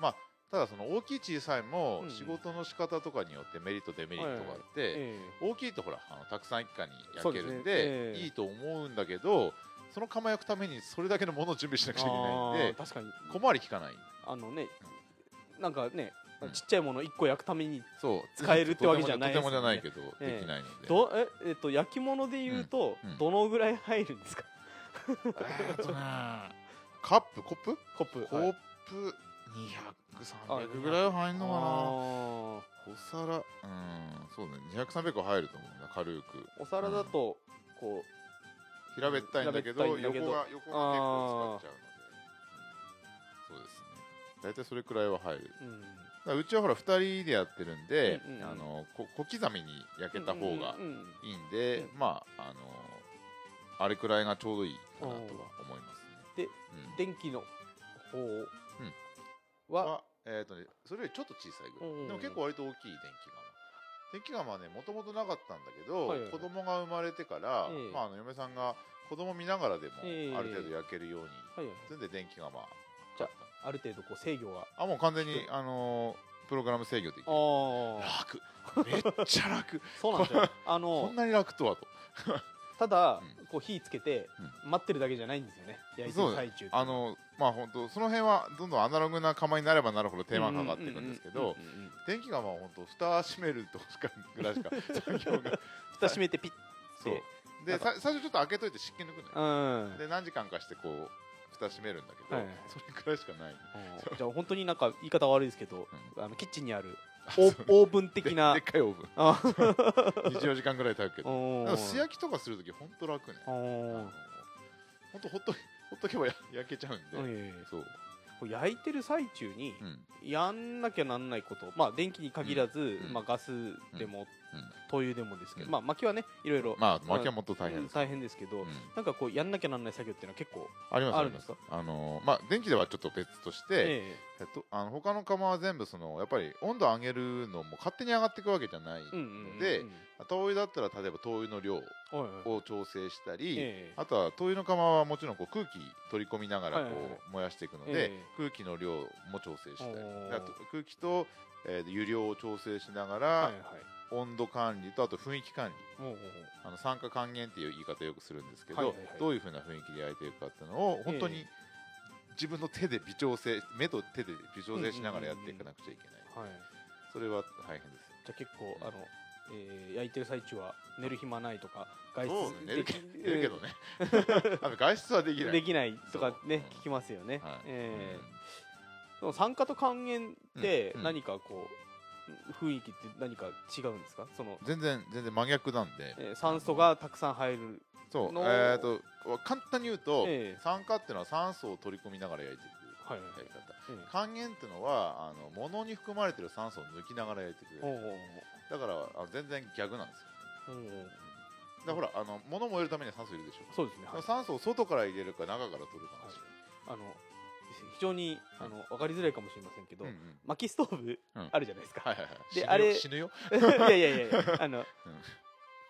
まあただその大きい小さいも
うん
仕事の仕方とかによってメリットデメリットがあって、
ええ
大きいとほらあのたくさん一家に
そ
焼
うです
ける
ね
んで
ええ
いいと思うんだけどその釜焼くためにそれだけのものを準備しなくちゃいけないん
あー
で
確かに
小回りきかない
あのねなんかね
うん
ちっちゃいもの1個焼くために
そう
使えるってわけじゃない
と
で
て
す
も
よね
じゃないけど、
ええ
できないので
どええっと焼き物で言うと、
うんうん
どのぐらい入るんですか
えーっとねカップコップ
コップ
コ
はい
ップ200300ぐらいは入んの
あ
かなお皿うんそうね200300入ると思うな軽く
ーお皿だとこ
平べったいんだけ
平
ど
べったいんだけど
横が横が結構使っちゃうので、うんそうですね大体それくらいは入る
う、うん、
だからうちはほら2人でやってるんで、
うんうんうん
あのこ小刻みに焼けた
う
方が
んうんうん
いいんで、
うん
まああのあれくらいがちょうどいいかなとは思いますね
で
うん
電気の方は、
はえーとね、それよりちょっと小さいぐ
うんうんう
ら
ん
いでも結構割と大きい電気窯電気窯はねもともとなかったんだけど、
はいはいはい
子供が生まれてから、
ええ
まあ、あの嫁さんが子供見ながらでも
ええ
ある程度焼けるように、
はいはい
それで電気窯買っ
じ
た
ゃある程度こう制御が
あもう完全に
う、
あのープログラム制御できる
ああ
楽めっち
[LAUGHS]
ゃ楽
そうなんですよあ
こ
の
んなに楽とはと
ただ、
う
こう火つけて、待ってるだけじゃないんですよね焼いて
そう
る
だ
最中って
あのまあ本当その辺はどんどんアナログな釜になればなるほど手間かかっていくんですけ
う
ど
ううんうんうんうん
電気窯は本当蓋閉めるとしか [LAUGHS] ぐらいしか作業が
蓋閉めてピッ [LAUGHS]
そう
な
で
んか
さ最初ちょっと開けといて湿気抜くの
う
よ、
ん、
で何時間かしてこう蓋閉めるんだけど、
はいはい
それくらいしかない
うんじゃあ本当になんか言い方悪いですけど、あのキッチンにあるオ
[LAUGHS] そう
ーオーブン
で
的な
でっかい
[LAUGHS]
オーブン
あ
24時間ぐらい炊くけど
お
でも素
ー
焼きとかするとき本当楽ね
おー
本当ほっとほ [LAUGHS] っとけばや焼けちゃうんで、
うんいやいやいや
そう、
こう焼いてる最中に
うんうん
やんなきゃなんないこと、まあ、電気に限らず、
ん
まあ、ガスでも、灯油でもですけど、まあ、薪はねいろいろ
まあ薪はもっと大変です、
大変ですけど、
うん
なんかこうやんなきゃなんない作業っていうのは結構、
あります
あ
あ
るん
るん
で
ですす
か
あのーまあ電気ではちょっと別として、
え
えっと、あの他の釜は全部そのやっぱり温度上げるのも勝手に上がっていくわけじゃないの
え
で、
うんうんうんうん
灯油だったら例えば灯油の量
はいはい
を調整したり、
ええ
あとは灯油の釜はもちろんこう空気取り込みながらこ
はいはいはいう
燃やしていくので、
ええ
空気の量も調整したり
おー
だと空気と、えー湯量を調整しながら、
はいはい
温度管理とあと雰囲気管理
おうおう
あの酸化還元っていう言い方よくするんですけど、
はいはいはい
どういうふうな雰囲気で焼いていくかっていうのを本当
え
に自分の手で微調整目と手で微調整しながらやっていかなくちゃいけない、
おうはい
それは大変ですよ
じゃあ結構あの、えー焼いてる最中は寝る暇ないとか外
そ
出
うね寝
で
るけ
き [LAUGHS]
寝るけどねあの外出はできない
できないとかね
そう
聞きますよね、
はい
えーでも酸化と還元って
うん
何かこう、雰囲気って何か違うんですかその、
うん全然全然真逆なんで、
えー酸素がたくさん入る
そう
の
えー、と簡単に言うと、
ええ
酸化っていうのは酸素を取り込みながら焼いていく
はいはい
やり方
え
還元っていうのはあの物に含まれてる酸素を抜きながら焼いていく
えおうおう
だからあの全然逆なんですよ
おうおうおう
だからほらあの物燃えるためには酸素いるでしょ
そうですね、はい、
酸素を外から入れるか中から取るかもし
あの非常にあの分かりづらいかもしれませんけど、
れない、うんうん
薪ストーブ
うん
あるじゃない
[LAUGHS]
ですか、
はいはいはい
で
死ぬよ
あれ
死ぬよ
いやいやいやあの、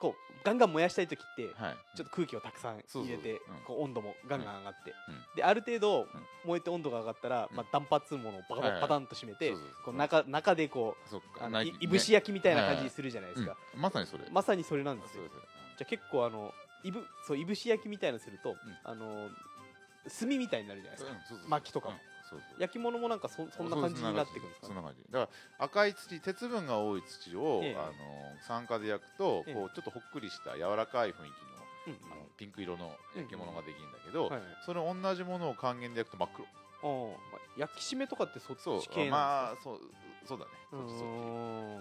こうガンガン燃やしたい時って、
はい
ちょっと空気をたくさん入れて
そうそうそううん
こう温度もガンガン上がって、
うん
である程度
うん
燃えて温度が上がったら、
うん
まあ、断髪ものをバ
はい
カ
はい
パタンと締めて、
そうそうそう
こう中中でこ
そっ
う
か
あの
ないね
いぶし焼きみたいな感じするじゃないですか、
うんまさにそれ
まさにそれなんです
そう
よ
です
じゃあ結構あのいぶそういぶし焼きみたいなのすると、あの炭みたいになるじゃないです
うん
か、
そうそう
薪とかも
うんそうそう
焼き物もなんかそそんな感じになってくるんですか
そん
ね
な感じだから赤い土鉄分が多い土を、
ええ
あの酸化で焼くと、
ええ
こうちょっとほっくりした柔らかい雰囲気の
うんう
あ
ん
のピンク色の焼き物ができるんだけど、
はい
それ同じものを還元で焼くと真っ黒
あーまあ焼き締めとかってそっ
そう
ち系
ま
なん
あ
ですか、
そうそうだねそっちそっち
う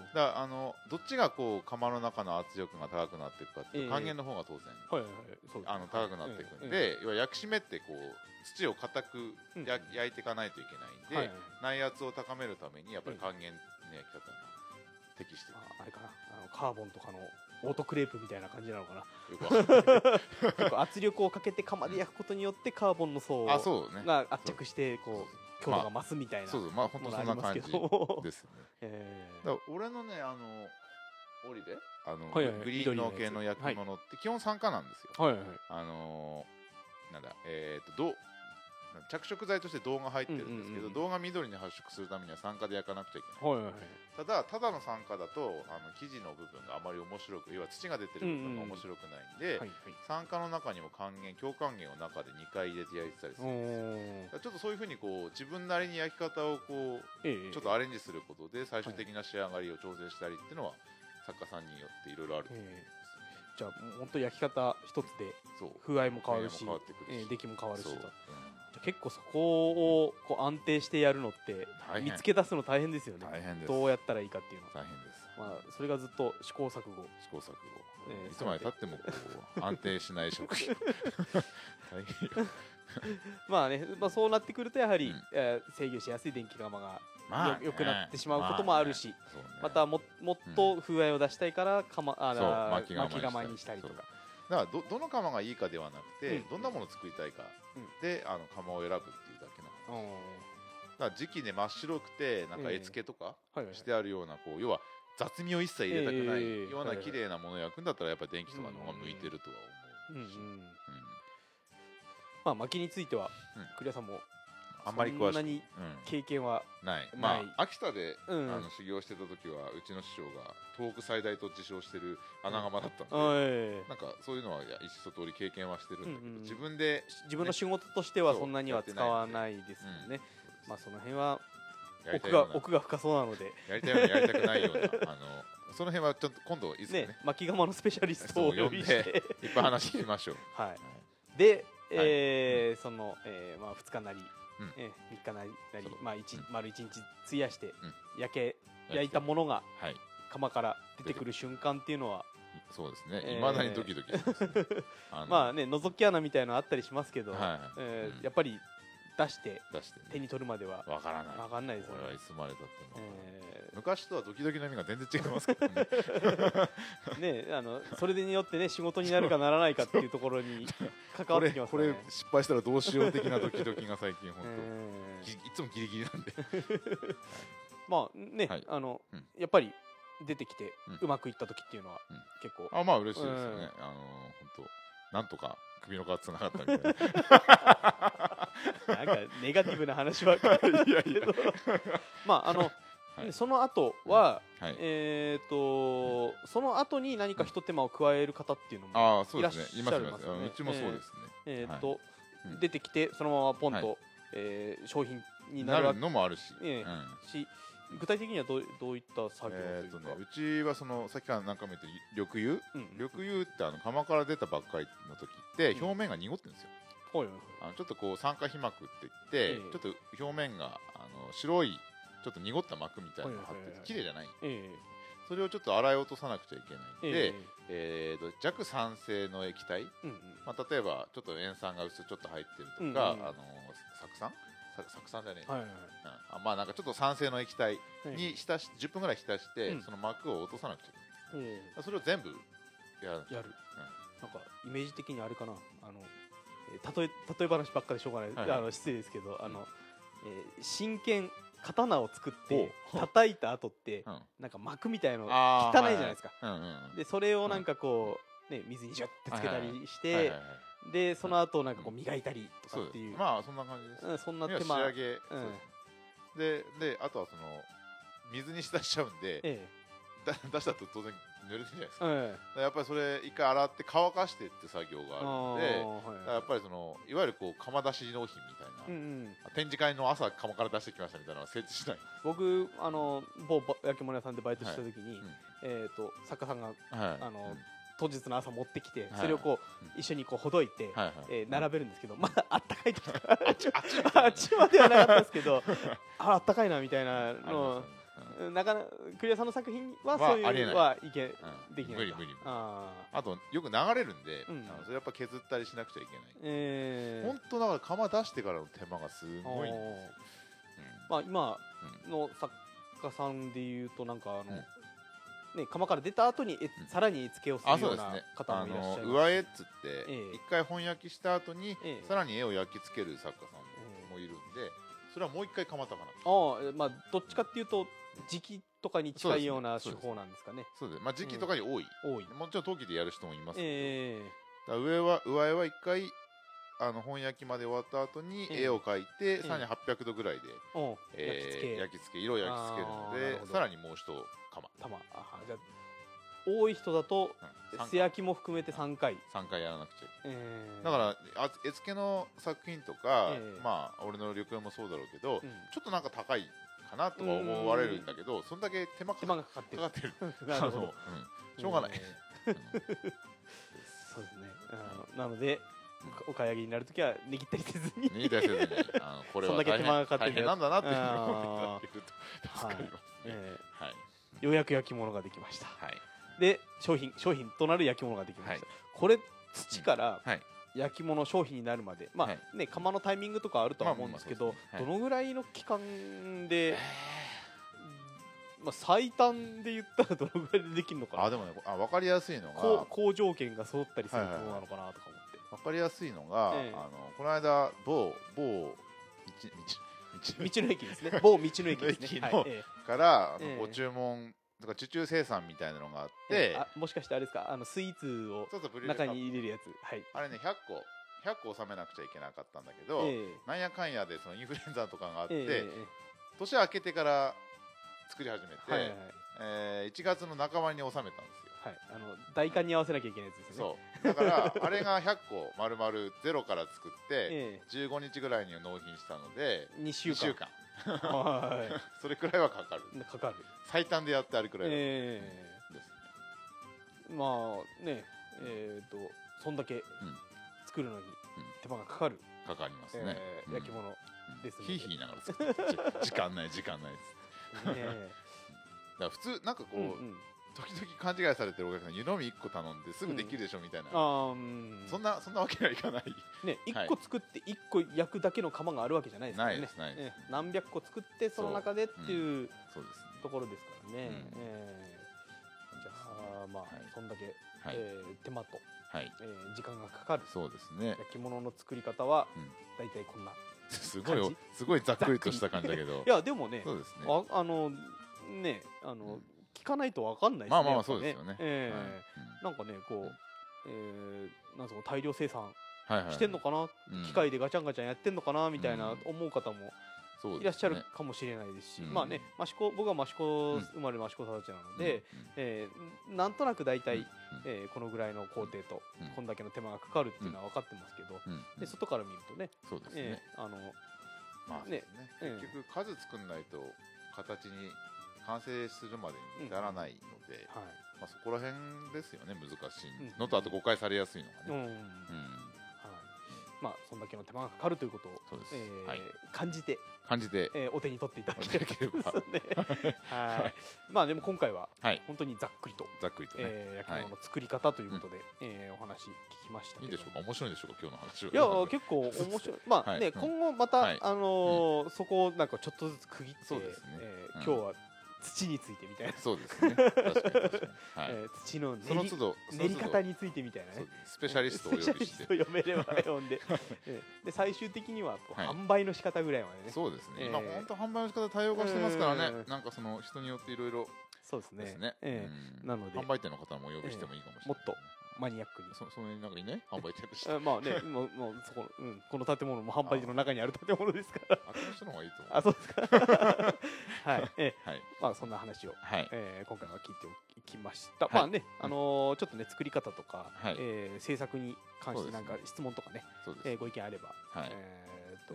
ん
だからあのどっちがこう釜の中の圧力が高くなっていくかってい
ええ
うと還元の方が当然、
はいはいはいそうですね
あの高くなっていくんで、
え
要は焼き締めってこう土を固くや、
うん
焼いていかないといけないん
え
で、
はいはい
内圧を高めるためにやっぱり還元の焼き方が適して
まああれかなあのカーボンとかのオートクレープみたいな感じなの
[LAUGHS]
かな
るよくわかんない
結構圧力をかけて釜で焼くことによってカーボンの層
あそうね
が圧着してこう強
まあ
度が増すみたいな
そうそうまあ本
も
当
の
そ
あ
ん
り
な
ます
感
け
じ
ど [LAUGHS]
ですね
えー
だから俺のねあのオリベあの、
はいはい
グリーンの
緑のや
系
つ
の焼き物って基本酸化なんですよ、
はいはい
あのーなんだえっ、とど着色剤として銅が入ってるんですけ
うんうん
ど、
うん
銅が緑に発色するためには酸化で焼かなくちゃいけない
はいはいはい
ただただの酸化だとあの生地の部分があまり面白く要は土が出てる部分が面白くないんで、
はいはい
酸化の中にも還元強還元を中で2回入れて焼いてたりす
お
るんで
ー
すよだからちょっとそういうふうにこう自分なりに焼き方をこ
え
う
え
ちょっとアレンジすることで最終的な仕上がりを調整したりっていうのは作家さんによっていろいろあると思うんで
え
す
えじゃあ本当焼き方一つで
そう
風合いも変わるし
風合いも変わってくる
ええ
し
出来も変わるし
そ
と
う、
じ
うん
ゃあ結構そこをこう安定してやるのって
大
見
変
つけ出すの大変ですよね
大変です
どうやったらいいかっていうのは、
大変です
まあ、それがずっと試行錯誤
試行錯誤、
ええ
いつまでたってもこう安定しない食
[LAUGHS]
品大変よ
まあね、まあ、そうなってくるとやはり、
うん
えー制御しやすい電気釜が
まあ
よ良くなってしまうこともあるし
まあねそうね
またももっと風合いを出したいから釜、あ
そう
あ
巻き釜に
巻き釜にしたりとか
だからどどの釜がいいかではなくて、
うん
どんなものを作りたいか
うん
で、あの釜を選ぶっていうだけなの
うんはい
だから時期ね真っ白くてなんか
ええ
絵付けとか
はいはい
してあるような、こう要は雑味を一切入れたくな
ええええ
いよう
は
ない
はい
綺麗なものを焼くんだったらやっぱり電気とかの方が向いてるとは
うんう
思うし、うん
んまあ巻きについては
うん
栗谷さんも
あんまり詳し
そ
く
んなに
うん
経験は
ない
な
ま
い
あ秋田で、
うん
あの修行してた時はうちの師匠が東北最大と自称してる穴窯だったんで、
ええ
なんかそういうのはいや一通り経験はしてるんだけど、
うんうんうん
自分で
自分の仕事としては
そう
そんなには使わないですもんねまあその辺は
やり
奥
たいよ
が
うな
奥が深そうなので
やりたいようなやりたくないよう
[LAUGHS]
なあのその辺はちょっと今度いつかね
ね巻き釜のスペシャリストをお
そ
呼
う呼ん
び
で
して
いっぱい話聞きましょう、
[LAUGHS] は
はい
い、で、えーその、えーまあ、2日なり、
うん
えー3日なりなり
そう、
まあ一
うん
丸1日費やして焼け、
う
[LAUGHS]
ん
焼いたものが
はい
釜から出てくる瞬間っていうのは、
そうですね
えー
いまだにドキドキしますね、
[LAUGHS]
の
まあね覗き穴みたいなのあったりしますけど、
はい
えー
うん
やっぱり出して
出してね
手に取るまでは
わからない
分かんないですよ
こ
ね
れはいつまでたってもわからない、
え
昔とはドキドキの意味が全然違いますけどね
ーねあのそれによってね仕事になるかならないかっていうところに関わ
こ
って
れ
きます
こ
からね
れ失敗したらどうしよう的なドキドキが最近本
え
当、
ー
ぎいつもギリギリなんで [LAUGHS]
まあね、
はい
あの
うん
やっぱり出てきて
う
う
ん
まくいった時っていうのは
うん
結構、
あまあ嬉しいですよ
うん
ね、あの本当なんとか首の皮つながったみたい
[LAUGHS]
な
なんかネガティブな話ばっかり
[LAUGHS] いや
け
いや
どまああの、
はい
その後は、
はい
えっ、とその後に何か一手間を加える方っていうのも、
ああそうですね
い
い
ら
ま
っし
す
ゃ
い
いますすよね
まうんうちもそうですね、
えっ、と、
うん
出てきてそのままポンと、
は
えー商品にな
な
るわ
る
け
のもあるし、
ええ
うん
し具体的にはどうどういった作業と
え
い
ー
うか、
とね、うちはそのさっきから何回も言ってる緑油
うんうん、
緑油ってあの釜から出たばっかりの時って
うん
表面が濁ってるんですよ、
はいはい
あのちょっとこう酸化皮膜って言って、
ええ
ちょっと表面があの白いちょっと濁った膜みたいなのが張って
はいはい
て
はい
綺麗じゃない
え
それをちょっと洗い落とさなくちゃいけない
え
んで、え
え
ーと弱酸性の液体、
えうんうん
まあ、例えばちょっと塩酸が薄くちょっと入ってるとか、
うんうん
あの酢酸さ酢酸じゃねえ、
はいはいは
うんあまあなんかちょっと酸性の液体
い
に浸し10分ぐらい浸して、
うん
その膜を落とさなくちゃいけない
ええ
それを全部やる
やる、なんかイメージ的にあれかなあのえー例え例え話ばっかりしょうがない、
はいはい
あの失礼ですけどあの、えー真剣刀を作って
ほう
叩いた後って、
うん
なんか膜みたいの汚
あー
いじゃないですか、
はいはいうんうんうん
でそれをなんかこう、ね、水にジュッてつけたりして、
はいはいはい
でその後なんかこう磨いたりとか
そう
っていう
ですまあそんな感じです
うんそんな
要は
手間
仕上げ、そうですねでであとはその水に浸しちゃうんで
え
だ出したと当然濡れてるじゃないです
え
か,、
うん
やっぱりそれ一回洗って乾かしてって作業があるので
あーはい
だからやっぱりそのいわゆるこう釜出し納品みたいな、
うんうん、
展示会の朝釜から出してきましたみたいなのは成立しない、
僕あの某ば焼き物屋さんでバイトした時に、
うん
えっと作家さんが
はい
あの
うん
当日の朝持ってきて、
はい
それをこう、
う
一緒にこうほどいて、
はいはい
えー並べるんですけど、まだあったかい時とか
あっちあっちみたいな
[LAUGHS] あっちまではなかったですけ
[LAUGHS]
どああったかいなみたいな
あります
の
よねうん
をなかなクリアさんの作品は
は
そういう
ありえない
はいけ
うん
できない
無理無理無理
あー
あとよく流れるんで、
うん
あのそれやっぱ削ったりしなくちゃいけない、
えー
本当だから釜出してからの手間がすごいんですよ、
おーまあ、今
う
の作家さんでいうとなんかあの、
うん
ね、釜から出た後にえ
うん
さらに絵付けをす
あ
る
そ
よ
う
う
です
な
ね
方
あ
もいらっしゃ
の
います
上絵っつって
ええ
一回翻訳した後に
ええ
さらに絵を焼き付ける作家さ
ええ
んもいるんでそれはもう一回釜炊かなく
あーまあどっちかっていうと時期とかに近いような手
そうですね
法なんですかね
そうですまあ時期とかに多い、
多い
もちろん陶器でやる人もいますけど、
え
だから上は上絵は一回あの本焼きまで終わった後に
うん
絵を描いて、
うん
さらに800度ぐらいで、
おう
えー
焼
焼き付け色を焼き付けるの
あーなる
で
ほど
さらにもう一釜
玉あじゃあ多い人だと
うん
素焼きも含めて3回、
3回やらなくちゃいけない
えー
だからあ絵付けの作品とか、
ええ
まあ俺の旅行もそうだろうけど、
うん
ちょっとなんか高いかなとは思われるんだけど、そんだけ手間か
手
か
間
っ
がかかって
て
る
[LAUGHS] かかってる
なるほど
あのうんしょうがない、
えーそうですねうんなのでおお買い上げになるときは値切ったりせずに
うん、に大切にあのこれは
そんだけ
大
手間が
変
かかって
大
る
変
や
な
つ
んだなっていう [LAUGHS] のを思っていただけると助かりますね、
え
はい
ーようやく焼き物ができました
はい
で商品商品となる焼き物ができました、
はい
これ土から
はい
焼き物商品になるまで、まあ
はい
ね窯のタイミングとかあるとは思うんですけど、
まあまあまあそうですねはい
どのぐらいの期間で、まあ、最短で言ったらどのぐらいでできるのか
あ
な
でもねあ分かりやすいの
こ
が
う好条件が揃ったりするとどうなのかなとか思
[LAUGHS]
って、
分かりやすいのが、
ええ
あのこの間某某道道 [LAUGHS] 道
道の駅ですね某道の駅ですね
道の駅の
はいえ
からあの
ええ
ご注文とか受注生産みたいなのがあっ
え
て、
あもしかしてあれですかあのスイーツを
そうそうブリュレカ
中
ップ
に入れるやつはい
あれね100個100個収めなくちゃいけなかったんだけど、
ええ
なんやかんやでそのインフルエンザとかがあって、
ええ
年明けてから作り始めて、
ええはいはいはい
えー1月の半ばに収めたんですよ
はいあの代官に合わせなきゃいけないやつですよね
そうだからあれが100個丸々ゼロから作って、
え
15日ぐらいには納品したので
え2
2
週間
週間
は
[LAUGHS] それくらいはかかる
いかかる
最短でやってあるくらいなんで
ええ
すね、
まあねえっ、とそんだけ作るのに手間がかかる、
かかりますね、
えー
うん
焼き物、ねですね
ヒーヒー言いながら作ってるじ時間ない時間ないっつって [LAUGHS]
え
だから普通なんかこう、
うんうん
時々勘違いされてるお客さん湯飲み1個頼んですぐできるでしょみたいな、
あーうん
そんなそんなわけにはいかない
ね一個作って一個焼くだけの釜があるわけじゃないですから
ない
ね
ですないです、
ええ何百個作ってその中でっていう
そうで
ところですからね、
うん
ええじゃあまあ、
はい
そんだけ、
すねはい、
えー手間と、
はい
えー時間がかかる
そうですね
焼き物の作り方は
うん
大体こんな、
すごい
感じ
よすごいざっくりとした感じだけど
いやでもね
そうですね
ああのねあの、
うん
聞かないとわかんない
まあまあま
や
あ
っぱ
そうですよね、
え
はい
えなんかねこう、えーなんかその大量生産
うんはいはい
してんのかな、
うん
機械でガチャンガチャンやってんのかなみたいうなん思う方も
そうですね
いらっしゃるかもしれないですし、
うん
まあね益子僕は益子
うん
生まれの益子育ちなの
うん
で、
うん
えーなんとなく大体、
うん
えーこのぐらいの工程と、
うん
こんだけの手間がかかるっていうのは分かってますけど、
うんうん
で外から見るとね
そうですね、
えーあの
まあそうですね
ええ
結局数作んないと形に完成するまでに至らないので、
は
まあ、そこら辺ですよね難し
う
い
ん
のとあと誤解されやすいの
い、う
がね、
ん
う
は
ん
い、まあそんだけの手間がかかるということを、
そうです、
えー
はい、
感じて、
感じで
えーお手に取っていただ
い
け
た
れ
だけれ
[LAUGHS]
ば
ばですね [LAUGHS] はいまあでも今回は
はい
本当にざっくりと、
ざっくりとね、
えー焼き物の作り方ということで、えーお話聞きましたけ
いい
ど
でしょうか面白いでしょうか今日の話はい
や結構面
[LAUGHS]
白い、まあ
はい
ね、
うん
今後また、
はい
あのーそこをなんかちょっとずつ区切って、
そうですね
えー
う
今
ん
日は土についてみたいな、
そうですね確かに確かにはい、
[LAUGHS] えー土の練
その
り
都度その
練り
都
方
度
についてみたいな
そ
ね
う。スペシャリストをお呼
スペ
び
シャ [LAUGHS]
し
リストを
て
呼べれば呼
[LAUGHS]
んでえーで最終的にはこう、
はい
販売の仕方ぐらいまでね
そうですね、
えー
今本当販売の仕方多様化してますからね、
うん
なんかその人によっていろいろ
そうですね
ですね
ええ
うん
なので
販売店の方もお呼びしてもいいかもしれない、
ええもーマニアックに
そその辺なんかいない販売店の
[LAUGHS]
人
えまあね、もうもうそこ、うん、この建物も販売所の中にある建物ですから。
あっちの人の方がいいと思う
あ、そうですか。 [LAUGHS] はい、ええ
はい
まあ、そんな話を、
はい
えー今回は聞いておきました。
はい
まあね、
うん
あのーちょっとね、作り方とか、
はい
えー制作に関して、なん
そ
か
うです
質問とかね、
そうです、
えーご意見あれば。
はい、
えーっと、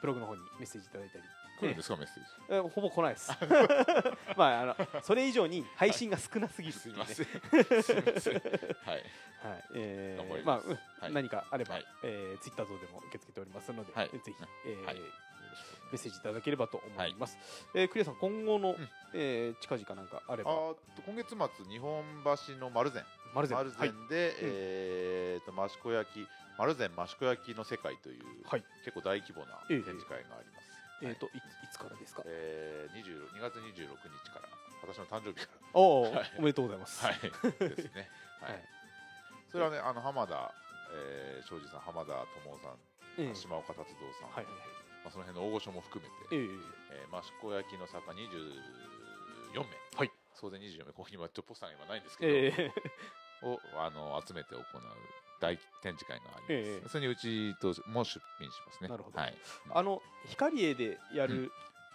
ブログの方にメッセージいただいたり。
来るんですかメッセージ
えーえーほぼ来ないです。まあ、あの、それ以上に配信が少なすぎるって
す
い
いう
ね [LAUGHS]
ませんすいませんはい
はい、え
頑張
ー、
り
まあ
ま、す
うん
はい
何かあれば、
はい
えーツイッター等でも受け付けておりますので、
はい
ぜひ、えー
はい
メ
よろしくお願いします
ッセージいただければと思います。えークリアさん、今後の、えー近々なんかあれば、
あーっと今月末日本橋の丸善
まるで、
丸
はい、
善で、えーっと益子焼き丸善益子焼きの世界という、
はい
結構大規模な
ええ
展示会があります、
えっ、
はい
と、いつ、いつからですか。
えー、20 2月26日から私の誕生日か
おお、
はい
おめでとうございます。
ら
[LAUGHS]
はいですね、はい
はい
それはねあの浜田えー庄司さん浜田智夫さん
えー
島岡達郎さん、
はい、はい、
まあ、その辺の大御所も含めて、
えー
えー、益子焼きの作家24名、
はい
総勢24名、ここにはちょっとポスターが今ないんですけど、
えー
をあの集めて行う大展示会があります、
ええ
それにうちとも出品しますね
なるほど
はい、
[LAUGHS] あの光栄でやる、
うん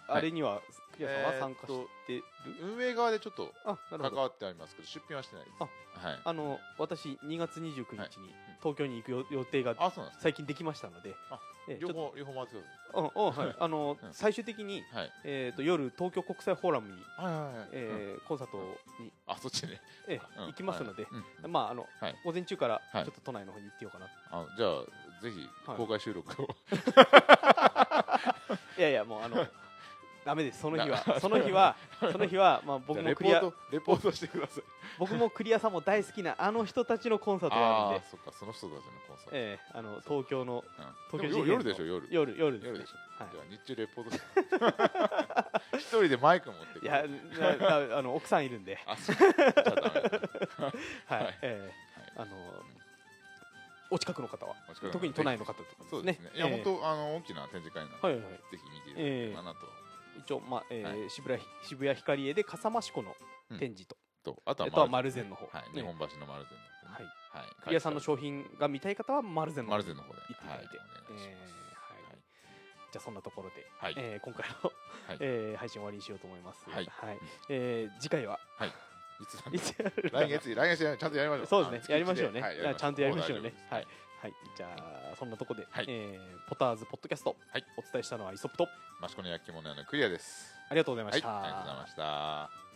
あれにはクリアさん
えー
は
っ
参加
と
してる、
運営側でちょっと
あなるほ
関
ど
わってありますけど出品はしてないですはい
あの私2月29日に東京に行くよ予定が
あそうなんです
最近できましたので
あ
ええ
両
ちょっ
方両方回ってくだ
とうんうんはいあの
うん
最終的に、
さいはい
えー、と夜東京国際フォーラムに、
はいはいはい、うん
えーコンサートに、
あそっちね、
ええ
うん
行きますので、
はいうん
まああの
はい
午前中からちょ
はい
っと都内の方に行ってようかな、
あじゃあぜひ
はい
公開収録を、
い、やいやもうあ
[LAUGHS]
のダメですその日はその日はその日は、まあ、僕
じゃあレ
もク
ポ
リ
ー
ア
トレポートしてく
[LAUGHS]
ださい
僕もクリアさんも大好きなあの人たちのコンサートがあるん
あ
で
[LAUGHS] あ、そっかその人たちのコンサート、
ええあの東京の
うん
東京
でも
事変
夜夜でしょ夜
夜夜です、ね、
夜でし
はい
じゃあ日中レポートして [LAUGHS] 一人でマイク持ってく
い
る
やななあの奥さんいるんで、
あそうじゃあダメだ
はい
はい
ええあのお近くの方は
お近くの方
特に都内の方とか
そうですね。いや、
ええ
本当、あの、大きな展示会なの
は
で、
いはい
ぜひ見ていただければなと。
一応、まあえー
は
渋谷渋谷光栄で笠間市湖の展示と、
と、あと
えっと
は
マ
丸
ル
善
ゼンの方、
はい、
ね
日本橋の丸善の方
は
ね。
い
はい。
クリアさんの商品が見たい方はマルゼンの方
丸
に
善の方で。
行っていただいて、
はお願いし
え
ま
ー
す
はいじゃあそんなところで、
はい。
えー今回の、
はい
えー配信終わりにしようと思います、
はい
えー次回は
いつだ
いつやるかな
来月、来月やるちゃんとやりましょう。
そうですねや
あ
り
の
まし
月
ょ
一
う
で
ね、
はい
じゃあちゃんとやりましょうね
は
はいい、はい、じゃあそんなとこで、
はい
えーポターズポッドキャスト、
はい
お伝えしたのはイソップと
マシコの焼き物屋のクリアです。
ありがとうございま
はい、あ
し
り
た、
がとうございました。